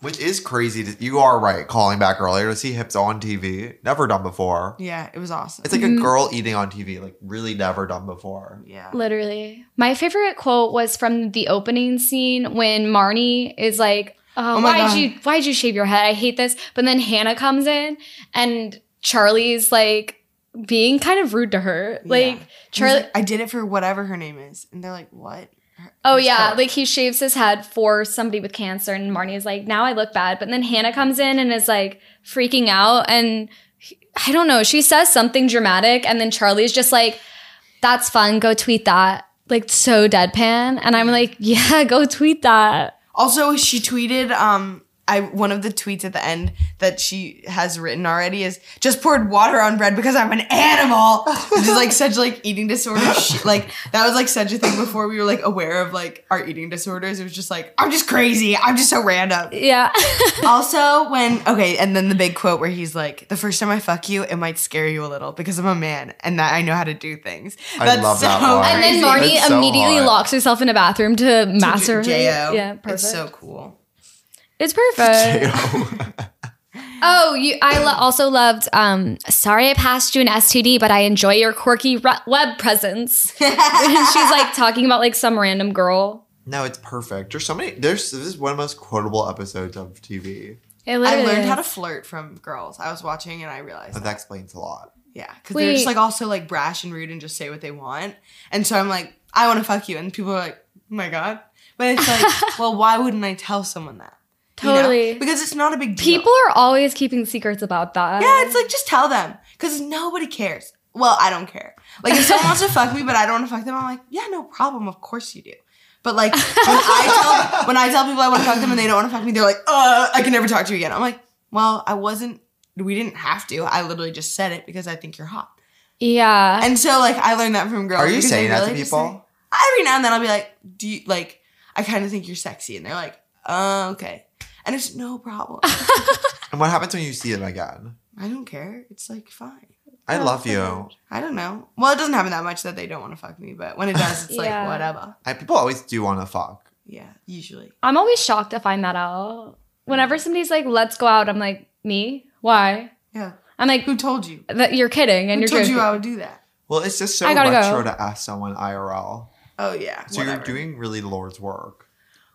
Speaker 3: which is crazy. To, you are right calling back earlier to see hips on TV. Never done before.
Speaker 5: Yeah, it was awesome.
Speaker 3: It's like a girl eating on TV. Like really never done before.
Speaker 5: yeah.
Speaker 1: Literally. My favorite quote was from the opening scene when Marnie is like, oh,
Speaker 5: Oh my
Speaker 1: why'd
Speaker 5: God.
Speaker 1: you why'd you shave your head? I hate this. But then Hannah comes in and Charlie's like being kind of rude to her. Like
Speaker 5: Yeah. He's
Speaker 1: Charlie
Speaker 5: like, I did it for whatever her name is. And they're like, what? Her-
Speaker 1: Oh
Speaker 5: his
Speaker 1: yeah,
Speaker 5: car.
Speaker 1: like he shaves his head for somebody with cancer, and Marnie is like, "Now I look bad." But then Hannah comes in and is like freaking out, and he- I don't know. She says something dramatic, and then Charlie's just like, "That's fun. Go tweet that." Like so deadpan, and I'm like, "Yeah, go tweet that."
Speaker 5: Also, she tweeted, um, I one of the tweets at the end that she has written already is just poured water on bread because I'm an animal. Which is like such like eating disorder shit. Like that was like such a thing before we were like aware of like our eating disorders. It was just like, I'm just crazy. I'm just so random.
Speaker 1: Yeah,
Speaker 5: also when okay and then the big quote where he's like the first time i fuck you it might scare you a little because i'm a man and that i know how to do things
Speaker 3: I love that line.
Speaker 1: and then Marnie
Speaker 5: crazy.
Speaker 3: That's so
Speaker 1: immediately
Speaker 3: hot.
Speaker 1: locks herself in a bathroom to masturbate.
Speaker 5: J.O.
Speaker 1: Yeah, perfect.
Speaker 5: it's so cool
Speaker 1: It's
Speaker 5: Uh.
Speaker 1: perfect. Oh, you, I lo- also loved. Um, Sorry, I passed you an STD, but I enjoy your quirky re- web presence. and she's like talking about like some random girl.
Speaker 3: no, it's perfect. There's so many. There's this is one of the most quotable episodes of TV.
Speaker 5: i learned how to flirt from girls i was watching and i realized
Speaker 3: But
Speaker 5: that.
Speaker 3: that explains a lot.
Speaker 5: yeah because they're just
Speaker 1: Wait.
Speaker 5: like also like brash and rude and just say what they want and so i'm like i want to fuck you and people are like oh my god but it's like well why wouldn't i tell someone that You know?
Speaker 1: Totally.
Speaker 5: because it's not a big deal
Speaker 1: People are always keeping secrets about that.
Speaker 5: Yeah, it's like just tell them because nobody cares. Well, I don't care. Like if someone wants to fuck me, but I don't want to fuck them, I'm like, yeah, no problem. Of course you do. But like when I tell when I tell people I want to fuck them and they don't want to fuck me, they're like, uh, I can never talk to you again. I'm like, well, I wasn't. We didn't have to. I literally just said it because I think you're hot.
Speaker 1: yeah.
Speaker 5: And so like I learned that from girls.
Speaker 3: Are you
Speaker 5: because they
Speaker 3: saying that to
Speaker 5: really just
Speaker 3: people?
Speaker 5: say- every now and then I'll be like, do you like? I kind of think you're sexy, and they're like, uh, okay, and it's no problem.
Speaker 3: And what happens when you see them again?
Speaker 5: I don't care. It's like fine.
Speaker 3: I
Speaker 5: Oh,
Speaker 3: love you.
Speaker 5: okay. I don't know. Well, it doesn't happen that much that they don't want to fuck me, but when it does, it's
Speaker 1: Yeah.
Speaker 5: like whatever.
Speaker 3: I, people always do want to fuck.
Speaker 5: Yeah, usually.
Speaker 1: I'm always shocked to find that out. Whenever somebody's like, "Let's go out," I'm like, "Me? Why?"
Speaker 5: Yeah.
Speaker 1: I'm like,
Speaker 5: Who told you?
Speaker 1: "That you're kidding," and
Speaker 5: Who
Speaker 1: you're
Speaker 5: told
Speaker 1: joking.
Speaker 5: you I would do that?
Speaker 3: Well, it's just so
Speaker 1: I gotta
Speaker 3: retro
Speaker 1: go.
Speaker 3: to ask someone IRL.
Speaker 5: Oh yeah.
Speaker 3: So
Speaker 5: whatever.
Speaker 3: you're doing really Lord's work.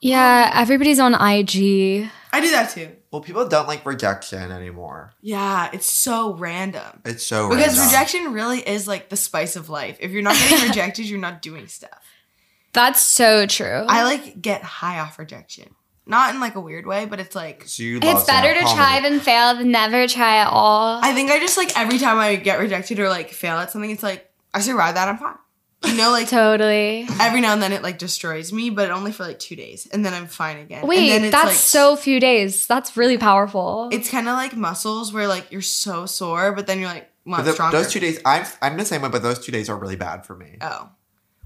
Speaker 1: yeah, everybody's on IG.
Speaker 5: I do that too.
Speaker 3: Well, people don't like rejection anymore.
Speaker 5: Yeah, it's so random.
Speaker 3: It's so
Speaker 5: Because
Speaker 3: random.
Speaker 5: rejection really is like the spice of life. If you're not getting rejected, you're not doing stuff.
Speaker 1: That's so true.
Speaker 5: I like get high off rejection. Not in like a weird way, but it's like
Speaker 3: So you love
Speaker 1: It's better to
Speaker 3: stand-up
Speaker 1: try
Speaker 3: comedy.
Speaker 1: than fail than never try at all.
Speaker 5: I think I just like every time I get rejected or like fail at something, it's like I survived that, I'm fine. You know, like
Speaker 1: totally.
Speaker 5: every now and then it like destroys me, but only for like two days, and then I'm fine again. and then
Speaker 1: Wait,
Speaker 5: it's,
Speaker 1: that's
Speaker 5: like,
Speaker 1: so few days. That's really powerful.
Speaker 5: It's kind of like muscles where like you're so sore, but then you're like, well,
Speaker 3: But
Speaker 5: I'm
Speaker 3: the-
Speaker 5: stronger.
Speaker 3: those two days, I'm I'm the same way, but those two days are really bad for me.
Speaker 5: Oh,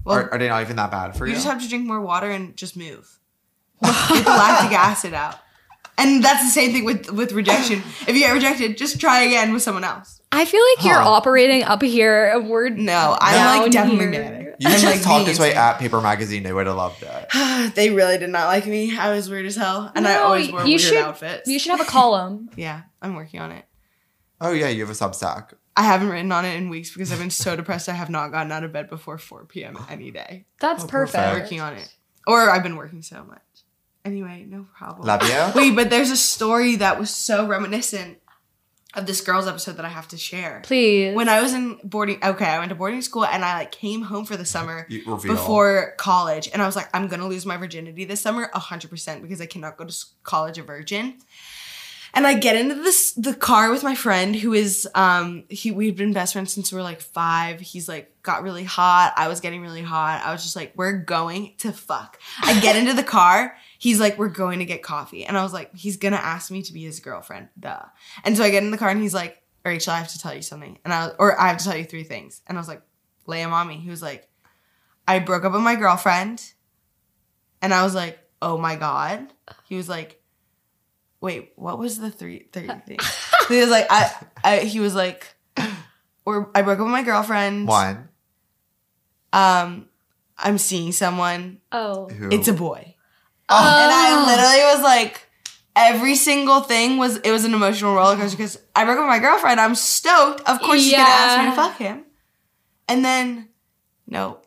Speaker 5: well,
Speaker 3: are, are they not even that bad for
Speaker 5: you
Speaker 3: you?
Speaker 5: just have to drink more water and just move. Get the lactic acid out, and that's the same thing with with rejection. If you get rejected, just try again with someone else.
Speaker 1: I feel like you're
Speaker 3: Huh.
Speaker 1: operating up here and we're
Speaker 5: No, I'm
Speaker 1: down
Speaker 5: like definitely
Speaker 1: here.
Speaker 5: mad.
Speaker 3: You should
Speaker 5: I'm, like,
Speaker 3: have talked
Speaker 5: being
Speaker 3: this way
Speaker 5: insane.
Speaker 3: at Paper Magazine. They would have loved it.
Speaker 5: they really did not like me. I was weird as hell, and I
Speaker 1: No,
Speaker 5: always wore
Speaker 1: you
Speaker 5: weird
Speaker 1: should-
Speaker 5: outfits.
Speaker 1: You should have a column.
Speaker 5: Yeah, I'm working on it.
Speaker 3: Oh yeah, you have a Substack.
Speaker 5: I haven't written on it in weeks because I've been so depressed. I have not gotten out of bed before 4 p.m. any day.
Speaker 1: That's
Speaker 3: Oh,
Speaker 1: perfect.
Speaker 3: perfect.
Speaker 5: Working on it, or I've been working so much. Anyway, no problem.
Speaker 3: Love you.
Speaker 5: Wait, but there's a story that was so reminiscent of this girls episode that I have to share.
Speaker 1: Please.
Speaker 5: When I was in boarding, okay, I went to boarding school and I like came home for the summer
Speaker 3: You reveal.
Speaker 5: before college and I was like, I'm gonna lose my virginity this summer, hundred percent, because I cannot go to s- college a virgin. And I get into this the car with my friend who is um he we've been best friends since we were like five. He's like got really hot. I was getting really hot. I was just like, we're going to fuck. I get into the car. He's like, we're going to get coffee. And I was like, he's gonna ask me to be his girlfriend. Duh. And so I get in the car and he's like, Rachel, I have to tell you something. And I or I have to tell you three things. And I was like, lay 'em on me. He was like, I broke up with my girlfriend. And I was like, oh my God. He was like, wait, what was the three, three things? he was like, I, I, he was like, or I broke up with my girlfriend.
Speaker 3: One.
Speaker 5: Um, I'm seeing someone.
Speaker 1: oh.
Speaker 3: Who?
Speaker 5: It's a boy.
Speaker 1: Oh.
Speaker 5: And I literally was like, every single thing was, it was an emotional roller coaster because I broke up with my girlfriend. I'm stoked. Of course she's going to ask me to
Speaker 1: Yeah.
Speaker 5: fuck him. And then, no.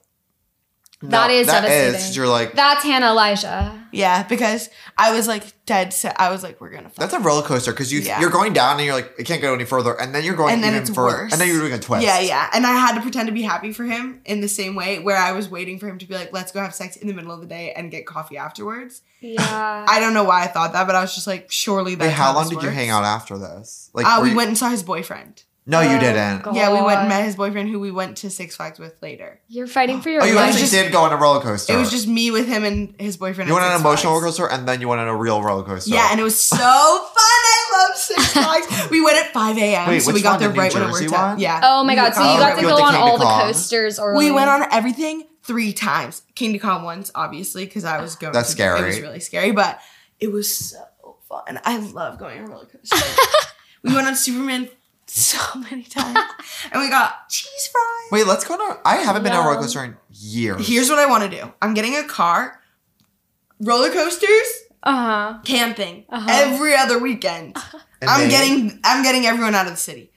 Speaker 1: That is
Speaker 3: that
Speaker 1: devastating.
Speaker 3: is. You're like
Speaker 1: That's Hannah Elijah.
Speaker 5: Yeah, because I was like dead set. I was like, we're going to fuck.
Speaker 3: that's a roller coaster because you
Speaker 5: Yeah.
Speaker 3: you're going down and you're like it can't go any further and then you're going
Speaker 5: And then
Speaker 3: even
Speaker 5: it's
Speaker 3: further
Speaker 5: worse.
Speaker 3: and then you're doing a twist.
Speaker 5: Yeah, yeah. And I had to pretend to be happy for him in the same way where I was waiting for him to be like, let's go have sex in the middle of the day and get coffee afterwards.
Speaker 1: Yeah.
Speaker 5: I don't know why I thought that, but I was just like, surely that's
Speaker 3: Wait, how long
Speaker 5: this
Speaker 3: did you
Speaker 5: works.
Speaker 3: hang out after this? Like
Speaker 5: uh,
Speaker 3: were
Speaker 5: we
Speaker 3: you-
Speaker 5: went and saw his boyfriend.
Speaker 3: No,
Speaker 1: Oh,
Speaker 3: you didn't.
Speaker 1: God.
Speaker 5: Yeah, we went and
Speaker 1: God.
Speaker 5: met his boyfriend who we went to Six Flags with later.
Speaker 1: You're fighting for your
Speaker 3: Oh, you
Speaker 5: It was
Speaker 1: life.
Speaker 3: actually
Speaker 5: just-
Speaker 3: did go on a roller coaster.
Speaker 5: It was just me with him and his boyfriend.
Speaker 3: you
Speaker 5: at
Speaker 3: went on an
Speaker 5: Six
Speaker 3: emotional roller
Speaker 5: Flags.
Speaker 3: coaster and then you went on a real roller coaster.
Speaker 5: Yeah, and it was so fun. I love Six Flags. we went at 5 a.m.
Speaker 3: Wait,
Speaker 5: so we
Speaker 3: which
Speaker 5: got
Speaker 3: one?
Speaker 5: there
Speaker 3: The New
Speaker 5: right when it
Speaker 3: Jersey
Speaker 5: worked out.
Speaker 3: one?
Speaker 5: Yeah.
Speaker 1: Oh my god! So you
Speaker 5: Oh,
Speaker 1: got to
Speaker 5: you
Speaker 1: go
Speaker 3: went
Speaker 1: on
Speaker 3: to
Speaker 1: all the
Speaker 3: Kingdom Con.
Speaker 1: coasters, or
Speaker 5: We went on everything three times. KingdomCon once, obviously, because I was going.
Speaker 3: That's
Speaker 5: to- It
Speaker 3: scary.
Speaker 5: was really scary, but it was so fun. I love going on roller coasters. we went on Superman so many times, and we got cheese fries.
Speaker 3: Wait, let's go on. A, I haven't been on a roller
Speaker 1: Yum.
Speaker 3: coaster in years.
Speaker 5: Here's what I want to do: I'm getting a car, roller coasters,
Speaker 1: Uh huh.
Speaker 5: camping
Speaker 1: Uh-huh.
Speaker 5: every other weekend.
Speaker 3: And
Speaker 5: I'm
Speaker 3: they-
Speaker 5: getting I'm getting everyone out of the city.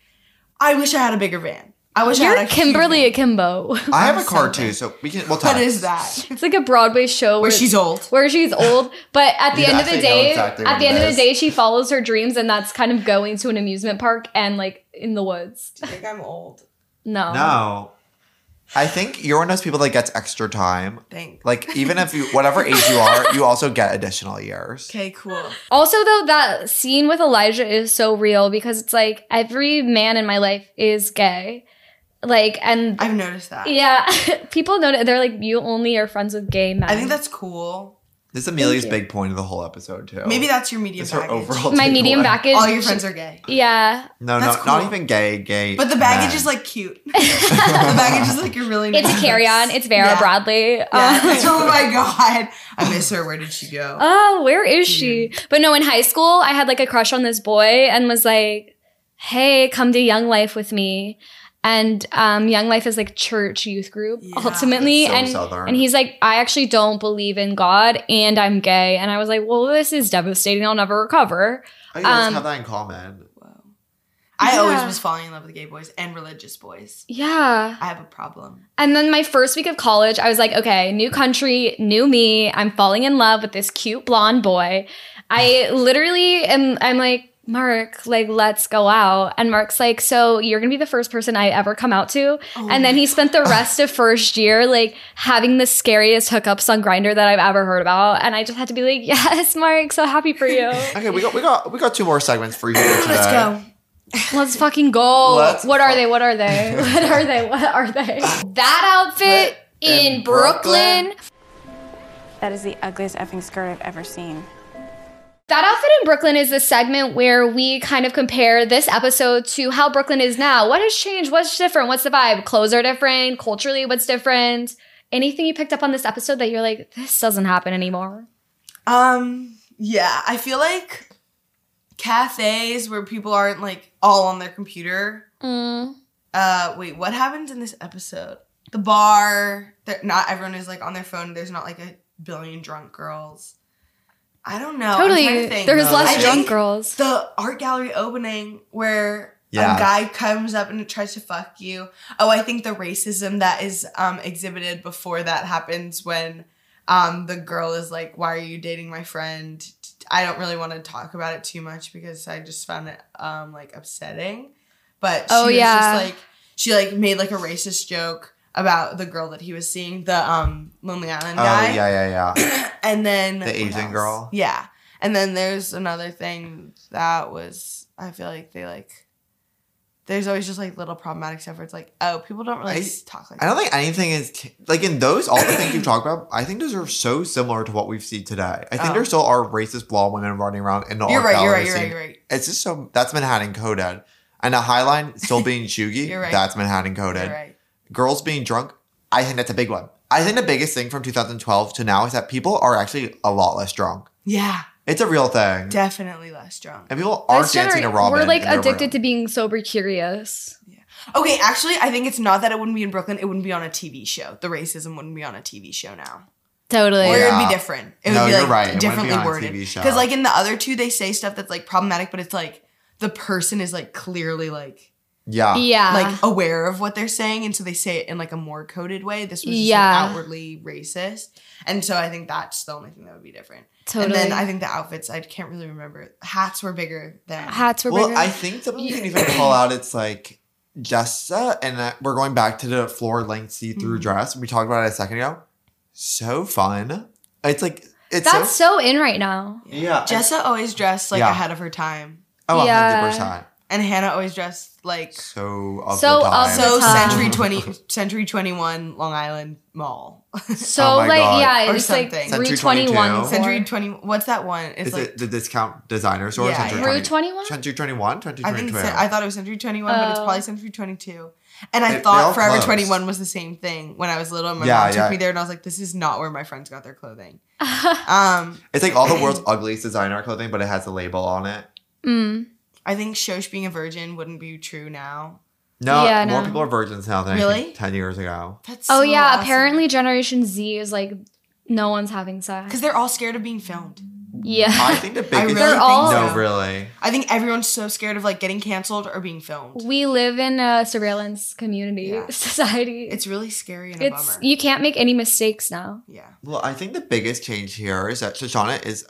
Speaker 5: I wish I had a bigger van. I wish I
Speaker 1: You're
Speaker 5: had a huge
Speaker 1: Kimberly
Speaker 5: van.
Speaker 1: Akimbo.
Speaker 3: I have a
Speaker 5: on
Speaker 3: car
Speaker 5: something.
Speaker 3: too, so we can. We'll text.
Speaker 5: What is that?
Speaker 1: It's like a Broadway show
Speaker 5: Where
Speaker 1: where
Speaker 5: she's old.
Speaker 1: where she's old, but at the
Speaker 3: You
Speaker 1: end of the
Speaker 3: actually know
Speaker 1: day,
Speaker 3: exactly
Speaker 1: at
Speaker 3: what
Speaker 1: the
Speaker 3: it
Speaker 1: end of the
Speaker 3: is.
Speaker 1: day, she follows her dreams, and that's kind of going to an amusement park and like in the woods.
Speaker 5: I think I'm old.
Speaker 1: No,
Speaker 3: No, I think you're one of those people that gets extra time.
Speaker 5: Thanks.
Speaker 3: Like even if you, whatever age you are, you also get additional years.
Speaker 5: Okay, cool.
Speaker 1: Also, though, that scene with Elijah is so real because it's like every man in my life is gay, like, and
Speaker 5: I've noticed that.
Speaker 1: yeah, people know they're like, you only are friends with gay men.
Speaker 5: I think that's cool.
Speaker 3: This is Amelia's
Speaker 1: you.
Speaker 3: big point of the whole episode too.
Speaker 5: Maybe that's your medium
Speaker 3: It's Oh. her
Speaker 5: baggage.
Speaker 3: overall.
Speaker 1: my
Speaker 3: takeaway.
Speaker 1: medium baggage.
Speaker 5: All your friends are gay.
Speaker 1: Yeah,
Speaker 3: No,
Speaker 5: That's
Speaker 3: no, not
Speaker 5: cool.
Speaker 3: even gay. Gay.
Speaker 5: But the baggage
Speaker 3: men.
Speaker 5: is like cute. the baggage is like a really nice
Speaker 1: it's a carry on. It's Vera
Speaker 5: Yeah.
Speaker 1: Bradley.
Speaker 5: Yeah.
Speaker 1: Um,
Speaker 5: oh my god. I miss her. Where did she go?
Speaker 1: oh, where is she? But no, in high school, I had like a crush on this boy and was like, hey, come to Young Life with me. And um, Young Life is like church youth group
Speaker 5: Yeah.
Speaker 1: ultimately.
Speaker 3: That's so
Speaker 1: and
Speaker 3: southern.
Speaker 1: and he's like, I actually don't believe in God and I'm gay. And I was like, well, this is devastating. I'll never recover.
Speaker 3: Oh, you guys
Speaker 1: um,
Speaker 3: have that in common.
Speaker 5: Whoa. I always
Speaker 1: Yeah.
Speaker 5: was falling in love with gay boys and religious boys.
Speaker 1: Yeah.
Speaker 5: I have a problem.
Speaker 1: And then my first week of college, I was like, okay, new country, new me. I'm falling in love with this cute blonde boy. I literally am, I'm like, Mark, like, let's go out. And Mark's like, so you're going to be the first person I ever come out to.
Speaker 5: Oh
Speaker 1: And then he spent the rest of first year, like, having the scariest hookups on Grinder that I've ever heard about. And I just had to be like, yes, Mark, so happy for you.
Speaker 3: Okay, we got we got we got two more segments for you today.
Speaker 5: Let's go.
Speaker 1: Let's fucking go.
Speaker 3: Let's
Speaker 1: what are
Speaker 3: fuck-
Speaker 1: they? What are they? What are they? What are they? That outfit in,
Speaker 3: In Brooklyn.
Speaker 1: Brooklyn.
Speaker 6: That is the ugliest effing skirt I've ever seen.
Speaker 1: That outfit in Brooklyn is the segment where we kind of compare this episode to how Brooklyn is now. What has changed? What's different? What's the vibe? Clothes are different. Culturally, what's different? Anything you picked up on this episode that you're like, this doesn't happen anymore?
Speaker 5: Um, yeah, I feel like cafes where people aren't like all on their computer.
Speaker 1: Mm.
Speaker 5: Uh, wait, what happens in this episode? The bar, that- not everyone is like on their phone. There's not like a billion drunk girls. I don't know. I'm trying
Speaker 1: totally.
Speaker 5: to think.
Speaker 1: There's
Speaker 3: No.
Speaker 1: less
Speaker 5: I
Speaker 1: drunk
Speaker 5: think
Speaker 1: girls.
Speaker 5: The art gallery opening where
Speaker 3: Yeah.
Speaker 5: a guy comes up and tries to fuck you. Oh, I think the racism that is um, exhibited before that happens when um, the girl is like, "Why are you dating my friend?" I don't really want to talk about it too much because I just found it um, like upsetting. But she
Speaker 1: Oh,
Speaker 5: was
Speaker 1: yeah.
Speaker 5: just like she like made like a racist joke about the girl that he was seeing, the um, Lonely Island
Speaker 3: Oh
Speaker 5: guy.
Speaker 3: yeah, yeah, yeah.
Speaker 5: And then
Speaker 3: The
Speaker 5: what
Speaker 3: Asian
Speaker 5: else?
Speaker 3: girl?
Speaker 5: Yeah. And then there's another thing that was I feel like they like there's always just like little problematic stuff where it's like, oh, people don't really
Speaker 3: I-
Speaker 5: s- talk like
Speaker 3: I don't think anything is t- like in those all the things you talk about. I think those are so similar to what we've seen today. I think
Speaker 5: Oh.
Speaker 3: there still are racist blonde women running around in the
Speaker 5: that. You're
Speaker 3: art
Speaker 5: right, you're
Speaker 3: gallery
Speaker 5: right, you're
Speaker 3: scene.
Speaker 5: right, you're right.
Speaker 3: It's just so that's Manhattan coded, and a highline still being shuggy.
Speaker 5: You're right.
Speaker 3: That's Manhattan coded.
Speaker 5: You're right.
Speaker 3: girls being drunk, I think that's a big one. I think the biggest thing from 2012 to now is that people are actually a lot less drunk.
Speaker 5: Yeah.
Speaker 3: It's a real thing.
Speaker 5: Definitely less drunk.
Speaker 3: and people are
Speaker 1: This
Speaker 3: dancing to
Speaker 1: gener-
Speaker 3: Robin.
Speaker 1: We're like
Speaker 3: in their
Speaker 1: addicted
Speaker 3: room.
Speaker 1: to being sober curious.
Speaker 5: Okay, actually I think it's not that it wouldn't be in Brooklyn, it wouldn't be on a TV show. The racism wouldn't be on a TV show now.
Speaker 1: Totally.
Speaker 5: Or it would
Speaker 3: Oh, Yeah.
Speaker 5: be different. It
Speaker 3: No,
Speaker 5: would be
Speaker 3: you're
Speaker 5: like
Speaker 3: right. It wouldn't be
Speaker 5: differently
Speaker 3: on a
Speaker 5: worded.
Speaker 3: TV show.
Speaker 5: Because like in the other two, they say stuff that's like problematic, but it's like the person is like clearly like
Speaker 3: Yeah.
Speaker 1: yeah.
Speaker 5: like aware of what they're saying and so they say it in like a more coded way this was just, like,
Speaker 1: Yeah.
Speaker 5: outwardly racist and so i think that's the only thing that would be different
Speaker 1: totally.
Speaker 5: and then i think the outfits i can't really remember hats were bigger than
Speaker 1: hats were
Speaker 3: Well,
Speaker 1: bigger.
Speaker 3: I think something you can even call out it's like Jessa, and uh, we're going back to the floor length see
Speaker 1: Mm-hmm.
Speaker 3: through dress. We talked about it a second ago. So fun. It's like, it's
Speaker 1: That's
Speaker 3: so.
Speaker 1: so in right now.
Speaker 3: Yeah.
Speaker 5: jessa always dressed like
Speaker 3: Yeah.
Speaker 5: ahead of her time
Speaker 3: Oh,
Speaker 1: Yeah.
Speaker 3: 100%.
Speaker 5: and hannah always dressed like
Speaker 3: So of
Speaker 1: So
Speaker 3: the
Speaker 1: of
Speaker 3: time.
Speaker 1: the
Speaker 5: so
Speaker 1: time.
Speaker 5: century 20 century 21 long island mall
Speaker 1: So
Speaker 3: Oh my
Speaker 1: like
Speaker 3: God.
Speaker 1: yeah,
Speaker 5: Or
Speaker 1: it's like
Speaker 5: something.
Speaker 1: Rue
Speaker 3: Century
Speaker 1: 21.
Speaker 3: 22.
Speaker 5: century 20 what's that one it's
Speaker 3: Oh. Is
Speaker 5: like
Speaker 3: it the discount designer store?
Speaker 5: Yeah,
Speaker 3: Century
Speaker 5: yeah.
Speaker 1: Rue
Speaker 3: 20
Speaker 1: 21?
Speaker 3: Century 21? Century
Speaker 5: I think it's,
Speaker 3: 22.
Speaker 5: I thought it was Century 21, but it's
Speaker 1: Oh.
Speaker 5: probably Century 22. And
Speaker 3: They-
Speaker 5: I
Speaker 3: they
Speaker 5: thought
Speaker 3: all
Speaker 5: Forever
Speaker 3: closed.
Speaker 5: 21 was the same thing when I was little. And my
Speaker 3: Yeah,
Speaker 5: mom took
Speaker 3: yeah.
Speaker 5: me there and I was like, this is not where my friends got their clothing. um,
Speaker 3: It's like all the world's ugliest designer clothing, but it has a label on it.
Speaker 1: Mm.
Speaker 5: I think Shosh being a virgin wouldn't be true now.
Speaker 3: No,
Speaker 1: Yeah,
Speaker 3: more
Speaker 1: no.
Speaker 3: people are virgins now than
Speaker 5: Really?
Speaker 3: really? 10 years ago.
Speaker 5: That's
Speaker 1: Oh yeah, apparently Generation Z is like no one's having sex.
Speaker 5: Because they're all scared of being filmed.
Speaker 3: I
Speaker 1: Yeah.
Speaker 3: think the biggest.
Speaker 5: really
Speaker 1: They're
Speaker 5: think
Speaker 1: all-
Speaker 5: so.
Speaker 3: no, really.
Speaker 5: I think everyone's so scared of like getting canceled or being filmed.
Speaker 1: we live in a surveillance community
Speaker 5: Yeah.
Speaker 1: society.
Speaker 5: It's really scary and a
Speaker 1: it's
Speaker 5: bummer.
Speaker 1: you can't make any mistakes now.
Speaker 5: yeah.
Speaker 3: Well, I think the biggest change here is that Shoshana is.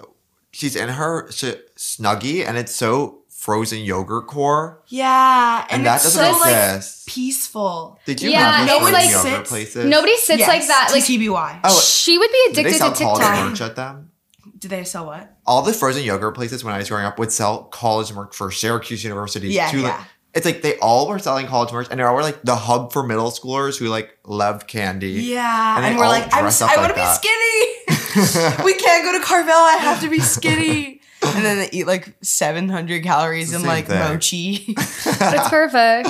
Speaker 3: She's in her sh- snuggie, and it's so frozen yogurt core,
Speaker 5: Yeah.
Speaker 3: and,
Speaker 5: And,
Speaker 3: that
Speaker 5: it's
Speaker 3: doesn't
Speaker 5: so like
Speaker 3: exist.
Speaker 5: peaceful.
Speaker 3: Did you
Speaker 1: Yeah,
Speaker 3: have
Speaker 1: no
Speaker 3: those
Speaker 1: one
Speaker 3: frozen
Speaker 1: like
Speaker 3: yogurt
Speaker 5: sits-
Speaker 3: places?
Speaker 1: Nobody sits like that. Like
Speaker 5: TBY.
Speaker 3: Oh,
Speaker 1: she would be
Speaker 3: Did they
Speaker 1: addicted
Speaker 3: sell
Speaker 1: to
Speaker 3: college
Speaker 1: TikTok.
Speaker 3: merch at them?
Speaker 5: Did they sell what?
Speaker 3: All the frozen yogurt places when I was growing up would sell college merch for Syracuse University.
Speaker 5: Yeah,
Speaker 3: to, like-
Speaker 5: yeah.
Speaker 3: it's like they all were selling college merch, and they all were like the hub for middle schoolers who like loved candy.
Speaker 5: Yeah,
Speaker 3: And
Speaker 5: and,
Speaker 3: they
Speaker 5: we're
Speaker 3: all
Speaker 5: like, I'm, s-
Speaker 3: dress up
Speaker 5: I
Speaker 3: like
Speaker 5: want to
Speaker 3: that.
Speaker 5: be skinny. we can't go to Carvel. I have to be skinny. And then they eat like 700 calories
Speaker 3: It's
Speaker 5: and
Speaker 3: the same
Speaker 5: like
Speaker 3: thing.
Speaker 5: mochi.
Speaker 1: It's perfect.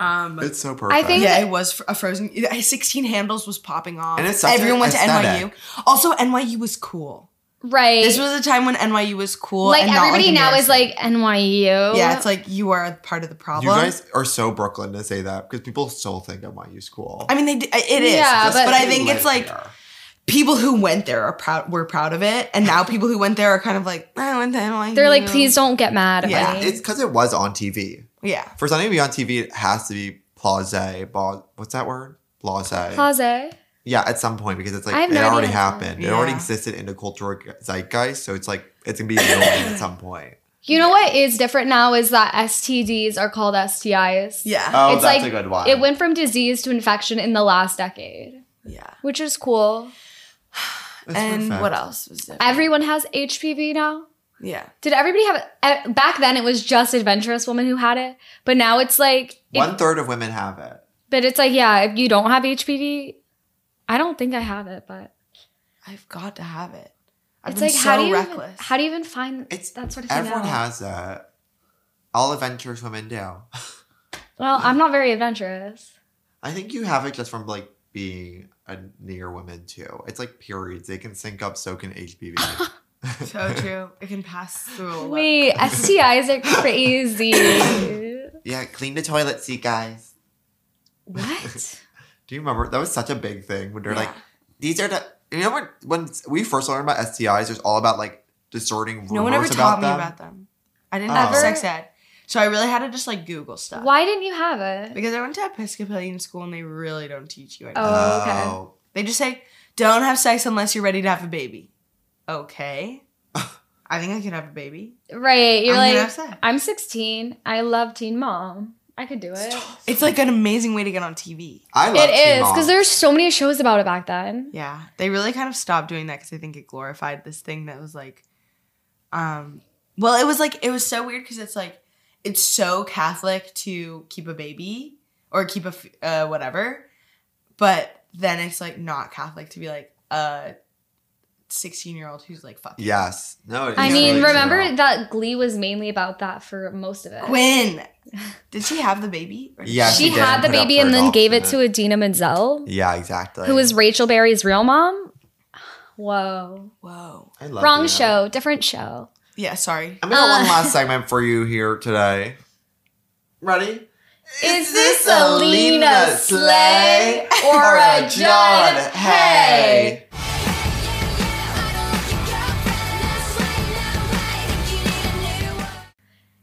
Speaker 5: um,
Speaker 3: It's so perfect.
Speaker 1: I think-
Speaker 5: yeah, it was fr- a frozen. I- 16 handles was popping off.
Speaker 3: And it's such
Speaker 5: Everyone
Speaker 3: an
Speaker 5: went to
Speaker 3: aesthetic.
Speaker 5: NYU. Also, NYU was cool.
Speaker 1: Right.
Speaker 5: This was a time when NYU was cool.
Speaker 1: like
Speaker 5: and not,
Speaker 1: everybody now is
Speaker 5: embarrassing.
Speaker 1: like NYU.
Speaker 5: yeah, it's like you are part of the
Speaker 3: you
Speaker 5: problem.
Speaker 3: guys are so Brooklyn to say that because people still think NYU school.
Speaker 5: I mean, they d- it is.
Speaker 1: Yeah,
Speaker 5: but,
Speaker 1: but-
Speaker 5: I think it's like people who went there are proud. Were proud of it, and now people who went there are kind of like I went to NYU.
Speaker 1: They're like, please don't get mad at
Speaker 5: Yeah.
Speaker 1: me.
Speaker 3: it's because it was on TV.
Speaker 5: Yeah.
Speaker 3: For something to be on TV, it has to be blasé. Bla- what's that word? Blasé.
Speaker 1: Pause.
Speaker 3: yeah, at some point because it's like
Speaker 1: I have
Speaker 3: it
Speaker 1: no idea
Speaker 3: already
Speaker 1: what that-
Speaker 3: happened. It already
Speaker 5: Yeah.
Speaker 3: existed in the cultural zeitgeist, so it's like it's gonna be relevant at some point.
Speaker 1: You know what is different now is that STDs are called STIs.
Speaker 5: Yeah.
Speaker 3: Oh,
Speaker 1: It's
Speaker 3: that's
Speaker 1: like-
Speaker 3: a good one.
Speaker 1: It went from disease to infection in the last decade,
Speaker 5: Yeah.
Speaker 1: which is cool.
Speaker 3: That's
Speaker 5: and
Speaker 3: perfect.
Speaker 5: what else was there?
Speaker 1: Everyone has HPV now.
Speaker 5: yeah.
Speaker 1: Did everybody have it? Eh, Back then, it was just adventurous women who had it, but now it's like, it-
Speaker 3: One third of women have it.
Speaker 1: but it's like, yeah, if you don't have HPV, I don't think I have it, but
Speaker 5: I've got to have it. I've
Speaker 1: it's
Speaker 5: been
Speaker 1: like,
Speaker 5: so
Speaker 1: how do you
Speaker 5: reckless.
Speaker 1: Even, how do you even find
Speaker 3: It's-
Speaker 1: that sort of thing?
Speaker 3: Everyone
Speaker 1: now?
Speaker 3: has it. All adventurous women do.
Speaker 1: Well, I'm not very adventurous.
Speaker 3: I think you have it just from like being a near woman too. It's like periods; they can sync up. So can HPV.
Speaker 5: so true. It can pass through
Speaker 3: Oh,
Speaker 5: a lot.
Speaker 1: Wait, STIs are crazy.
Speaker 3: yeah, clean the toilet seat, guys.
Speaker 1: what?
Speaker 3: Do you remember that was such a big thing when they're like, "These are the." You know when when we first learned about STIs, it was all about like discerning rumors
Speaker 5: No one ever
Speaker 3: about
Speaker 5: taught me
Speaker 3: them.
Speaker 5: about them. I didn't
Speaker 3: Oh.
Speaker 5: have
Speaker 1: Ever?
Speaker 5: sex ed. So I really had to just like Google stuff.
Speaker 1: Why didn't you have it?
Speaker 5: Because I went to Episcopalian school and they really don't teach you anything.
Speaker 1: Oh, okay.
Speaker 5: They just say, don't have sex unless you're ready to have a baby. Okay. I think I could have a baby.
Speaker 1: Right. You're
Speaker 5: I'm gonna have
Speaker 1: like,
Speaker 5: sex.
Speaker 1: I'm 16. I love Teen Mom. I could do it.
Speaker 5: It's like an amazing way to get on TV.
Speaker 3: I love
Speaker 1: It
Speaker 3: Teen
Speaker 1: is
Speaker 3: Mom.
Speaker 1: because there's so many shows about it back then.
Speaker 5: Yeah. They really kind of stopped doing that because I think it glorified this thing that was like, um, well, it was like, it was so weird because it's like, it's so Catholic to keep a baby or keep a, f- uh, whatever. But then it's like not Catholic to be like a 16 year old who's like, fuck.
Speaker 3: yes. No. It
Speaker 1: I
Speaker 3: is
Speaker 1: mean,
Speaker 3: really
Speaker 1: remember
Speaker 3: true.
Speaker 1: that Glee was mainly about that for most of it.
Speaker 5: Gwen. Did she have the baby? Or-
Speaker 3: Yeah,
Speaker 1: she
Speaker 3: she did
Speaker 1: had the
Speaker 3: put up
Speaker 1: baby
Speaker 3: for
Speaker 1: and then
Speaker 3: adoption
Speaker 1: gave it
Speaker 3: then.
Speaker 1: to Adina Menzel,
Speaker 3: Yeah, exactly.
Speaker 1: who was Rachel Berry's real mom. Whoa.
Speaker 5: Whoa.
Speaker 3: I love
Speaker 1: Wrong
Speaker 3: you.
Speaker 1: show, different show.
Speaker 5: Yeah, sorry.
Speaker 3: I'm gonna have
Speaker 1: Uh.
Speaker 3: one last segment for you here today. Ready?
Speaker 1: Is this a Lena Slay or a John Hay?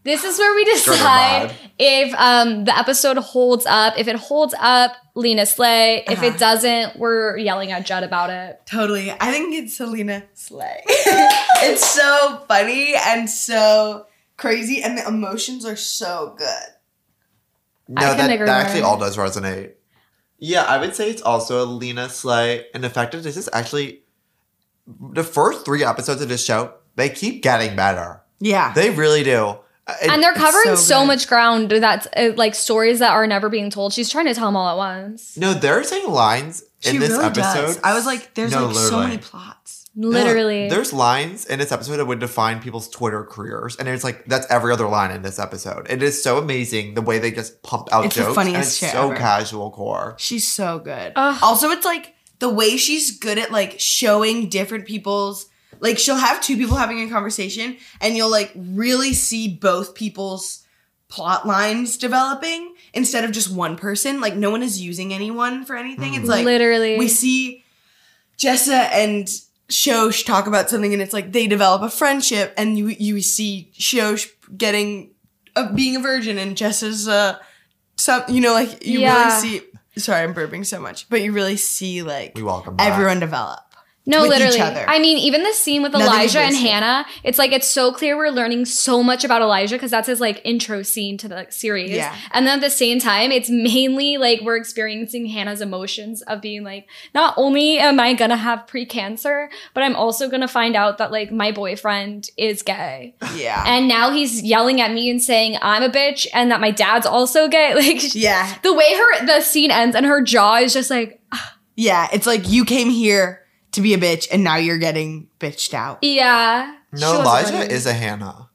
Speaker 1: This is where we decide
Speaker 3: Vibe.
Speaker 1: if um, the episode holds up. If it holds up, Lena Slay. If it doesn't, we're yelling at Judd about it.
Speaker 5: Totally. I think it's Selena Slay. it's so funny and so crazy, and the emotions are so good.
Speaker 3: No,
Speaker 1: I can
Speaker 3: that,
Speaker 1: agree
Speaker 3: that actually
Speaker 1: more.
Speaker 3: all does resonate. Yeah, I would say it's also a Lena Slay and effective. This is actually the first three episodes of this show. They keep getting better.
Speaker 5: Yeah.
Speaker 3: They really do. Uh, it-
Speaker 1: and they're covering so,
Speaker 5: so good.
Speaker 1: much ground that's uh, like stories that are never being told. She's trying to tell them all at once.
Speaker 3: no, they're saying lines in this episode.
Speaker 5: I was like, there's
Speaker 3: No,
Speaker 5: like so
Speaker 3: literally.
Speaker 5: many plots.
Speaker 3: No,
Speaker 1: Literally.
Speaker 3: there's lines in this episode that would define people's Twitter careers, and it's like that's every other line in this episode. It is so amazing the way they just pump out
Speaker 5: It's the
Speaker 3: jokes. and
Speaker 5: funniest
Speaker 3: it's
Speaker 5: shit
Speaker 3: so
Speaker 5: ever.
Speaker 3: casual core.
Speaker 5: She's so good.
Speaker 1: Ugh.
Speaker 5: Also, it's like the way she's good at like showing different people's like she'll have two people having a conversation and you'll like really see both people's plot lines developing instead of just one person. Like no one is using anyone for anything. It's like
Speaker 1: Literally.
Speaker 5: we see Jessa and Shosh talk about something, and it's like they develop a friendship, and you you see Shosh getting uh, being a virgin, and Jessa's uh, some you know like you
Speaker 1: Yeah.
Speaker 5: really see. Sorry, I'm burping so much, but you really see like
Speaker 3: We welcome back.
Speaker 5: everyone develop.
Speaker 1: no,
Speaker 5: with each
Speaker 1: literally.
Speaker 5: other.
Speaker 1: I mean, even the scene with
Speaker 5: Nothing is
Speaker 1: Elijah and
Speaker 5: wasted.
Speaker 1: Hannah, it's like it's so clear we're learning so much about Elijah because that's his like intro scene to the series.
Speaker 5: Yeah.
Speaker 1: And then at the same time, it's mainly like we're experiencing Hannah's emotions of being like, not only am I gonna have pre-cancer, but I'm also gonna find out that like my boyfriend is gay.
Speaker 5: Yeah,
Speaker 1: and now he's yelling at me and saying I'm a bitch and that my dad's also gay. Like
Speaker 5: yeah,
Speaker 1: the way her the scene ends and her jaw is just like
Speaker 5: yeah. It's like you came here to be a bitch, and now you're getting bitched out.
Speaker 1: yeah.
Speaker 3: No, Elijah is a Hannah.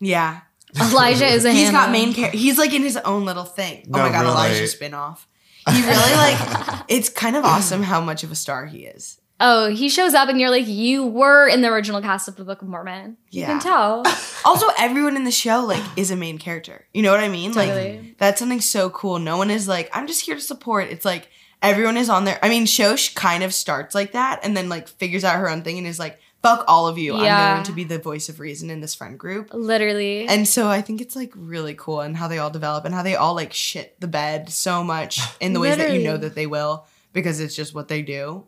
Speaker 5: Yeah,
Speaker 1: Elijah is a
Speaker 5: He's got
Speaker 1: Hannah.
Speaker 5: main character. He's like in his own little thing. oh
Speaker 3: No,
Speaker 5: my god,
Speaker 3: really.
Speaker 5: Elijah spinoff. He really like. It's kind of awesome how much of a star he is.
Speaker 1: Oh, he shows up and you're like you were in the original cast of the Book of Mormon. You
Speaker 5: Yeah.
Speaker 1: can tell.
Speaker 5: Also, everyone in the show like is a main character. You know what I mean?
Speaker 1: Totally.
Speaker 5: Like that's something so cool. No one is like I'm just here to support. It's like everyone is on there. I mean, Shosh kind of starts like that and then like figures out her own thing and is like, "Fuck all of you.
Speaker 1: Yeah.
Speaker 5: I'm going to be the voice of reason in this friend group."
Speaker 1: Literally.
Speaker 5: And so I think it's like really cool and how they all develop and how they all like shit the bed so much in the ways that you know
Speaker 1: Literally.
Speaker 5: that they will because it's just what they do.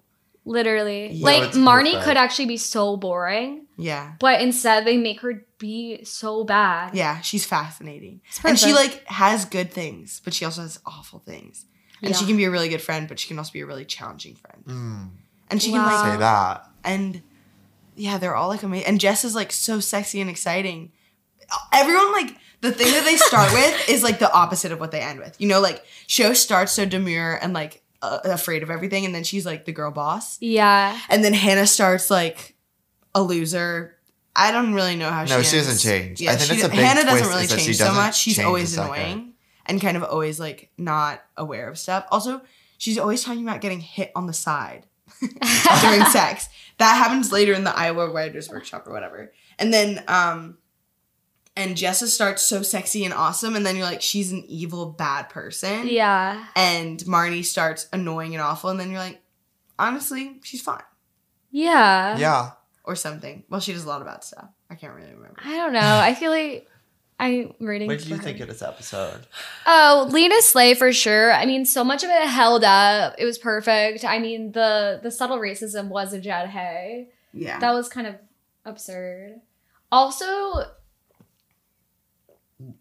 Speaker 1: Literally.
Speaker 3: Yeah,
Speaker 1: like
Speaker 3: it's
Speaker 1: Marnie
Speaker 3: perfect.
Speaker 1: could actually be so boring,
Speaker 5: Yeah.
Speaker 1: but instead they make her be so bad.
Speaker 5: Yeah, she's fascinating.
Speaker 1: It's
Speaker 5: And she
Speaker 1: perfect.
Speaker 5: like has good things, but she also has awful things. And she
Speaker 1: Yeah.
Speaker 5: can be a really good friend, but she can also be a really challenging friend.
Speaker 3: Mm,
Speaker 5: And she
Speaker 1: Wow.
Speaker 5: can
Speaker 3: say
Speaker 5: like
Speaker 3: that.
Speaker 5: and yeah, they're all like amazing. And Jess is like so sexy and exciting. Everyone like the thing that they start with is like the opposite of what they end with. You know, like show starts so demure and like uh, afraid of everything, and then she's like the girl boss,
Speaker 1: Yeah.
Speaker 5: and then Hannah starts like a loser. I don't really know how she.
Speaker 3: No, she
Speaker 5: ends.
Speaker 3: doesn't change. I think
Speaker 5: she-
Speaker 3: that's a big
Speaker 5: Hannah doesn't
Speaker 3: twist
Speaker 5: really
Speaker 3: is that she
Speaker 5: change so
Speaker 3: doesn't
Speaker 5: much. She's
Speaker 3: change a
Speaker 5: always
Speaker 3: second.
Speaker 5: annoying and kind of always like not aware of stuff. Also, she's always talking about getting hit on the side during sex. That happens later in the Iowa Writers Workshop or whatever. And then, um, and Jessa starts so sexy and awesome, and then you're like, she's an evil, bad person.
Speaker 1: Yeah.
Speaker 5: And Marnie starts annoying and awful, and then you're like, honestly, she's fine
Speaker 1: Yeah.
Speaker 3: Yeah.
Speaker 5: Uh, or something. Well, she does a lot of bad stuff. I can't really remember.
Speaker 1: I don't know. I feel like I'm rooting.
Speaker 3: What did you
Speaker 1: for
Speaker 3: think
Speaker 1: her.
Speaker 3: of this episode?
Speaker 1: Oh, Lena Slay for sure. I mean, so much of it held up. It was perfect. I mean, the the subtle racism was a Jed Hay.
Speaker 5: Yeah.
Speaker 1: That was kind of absurd. Also,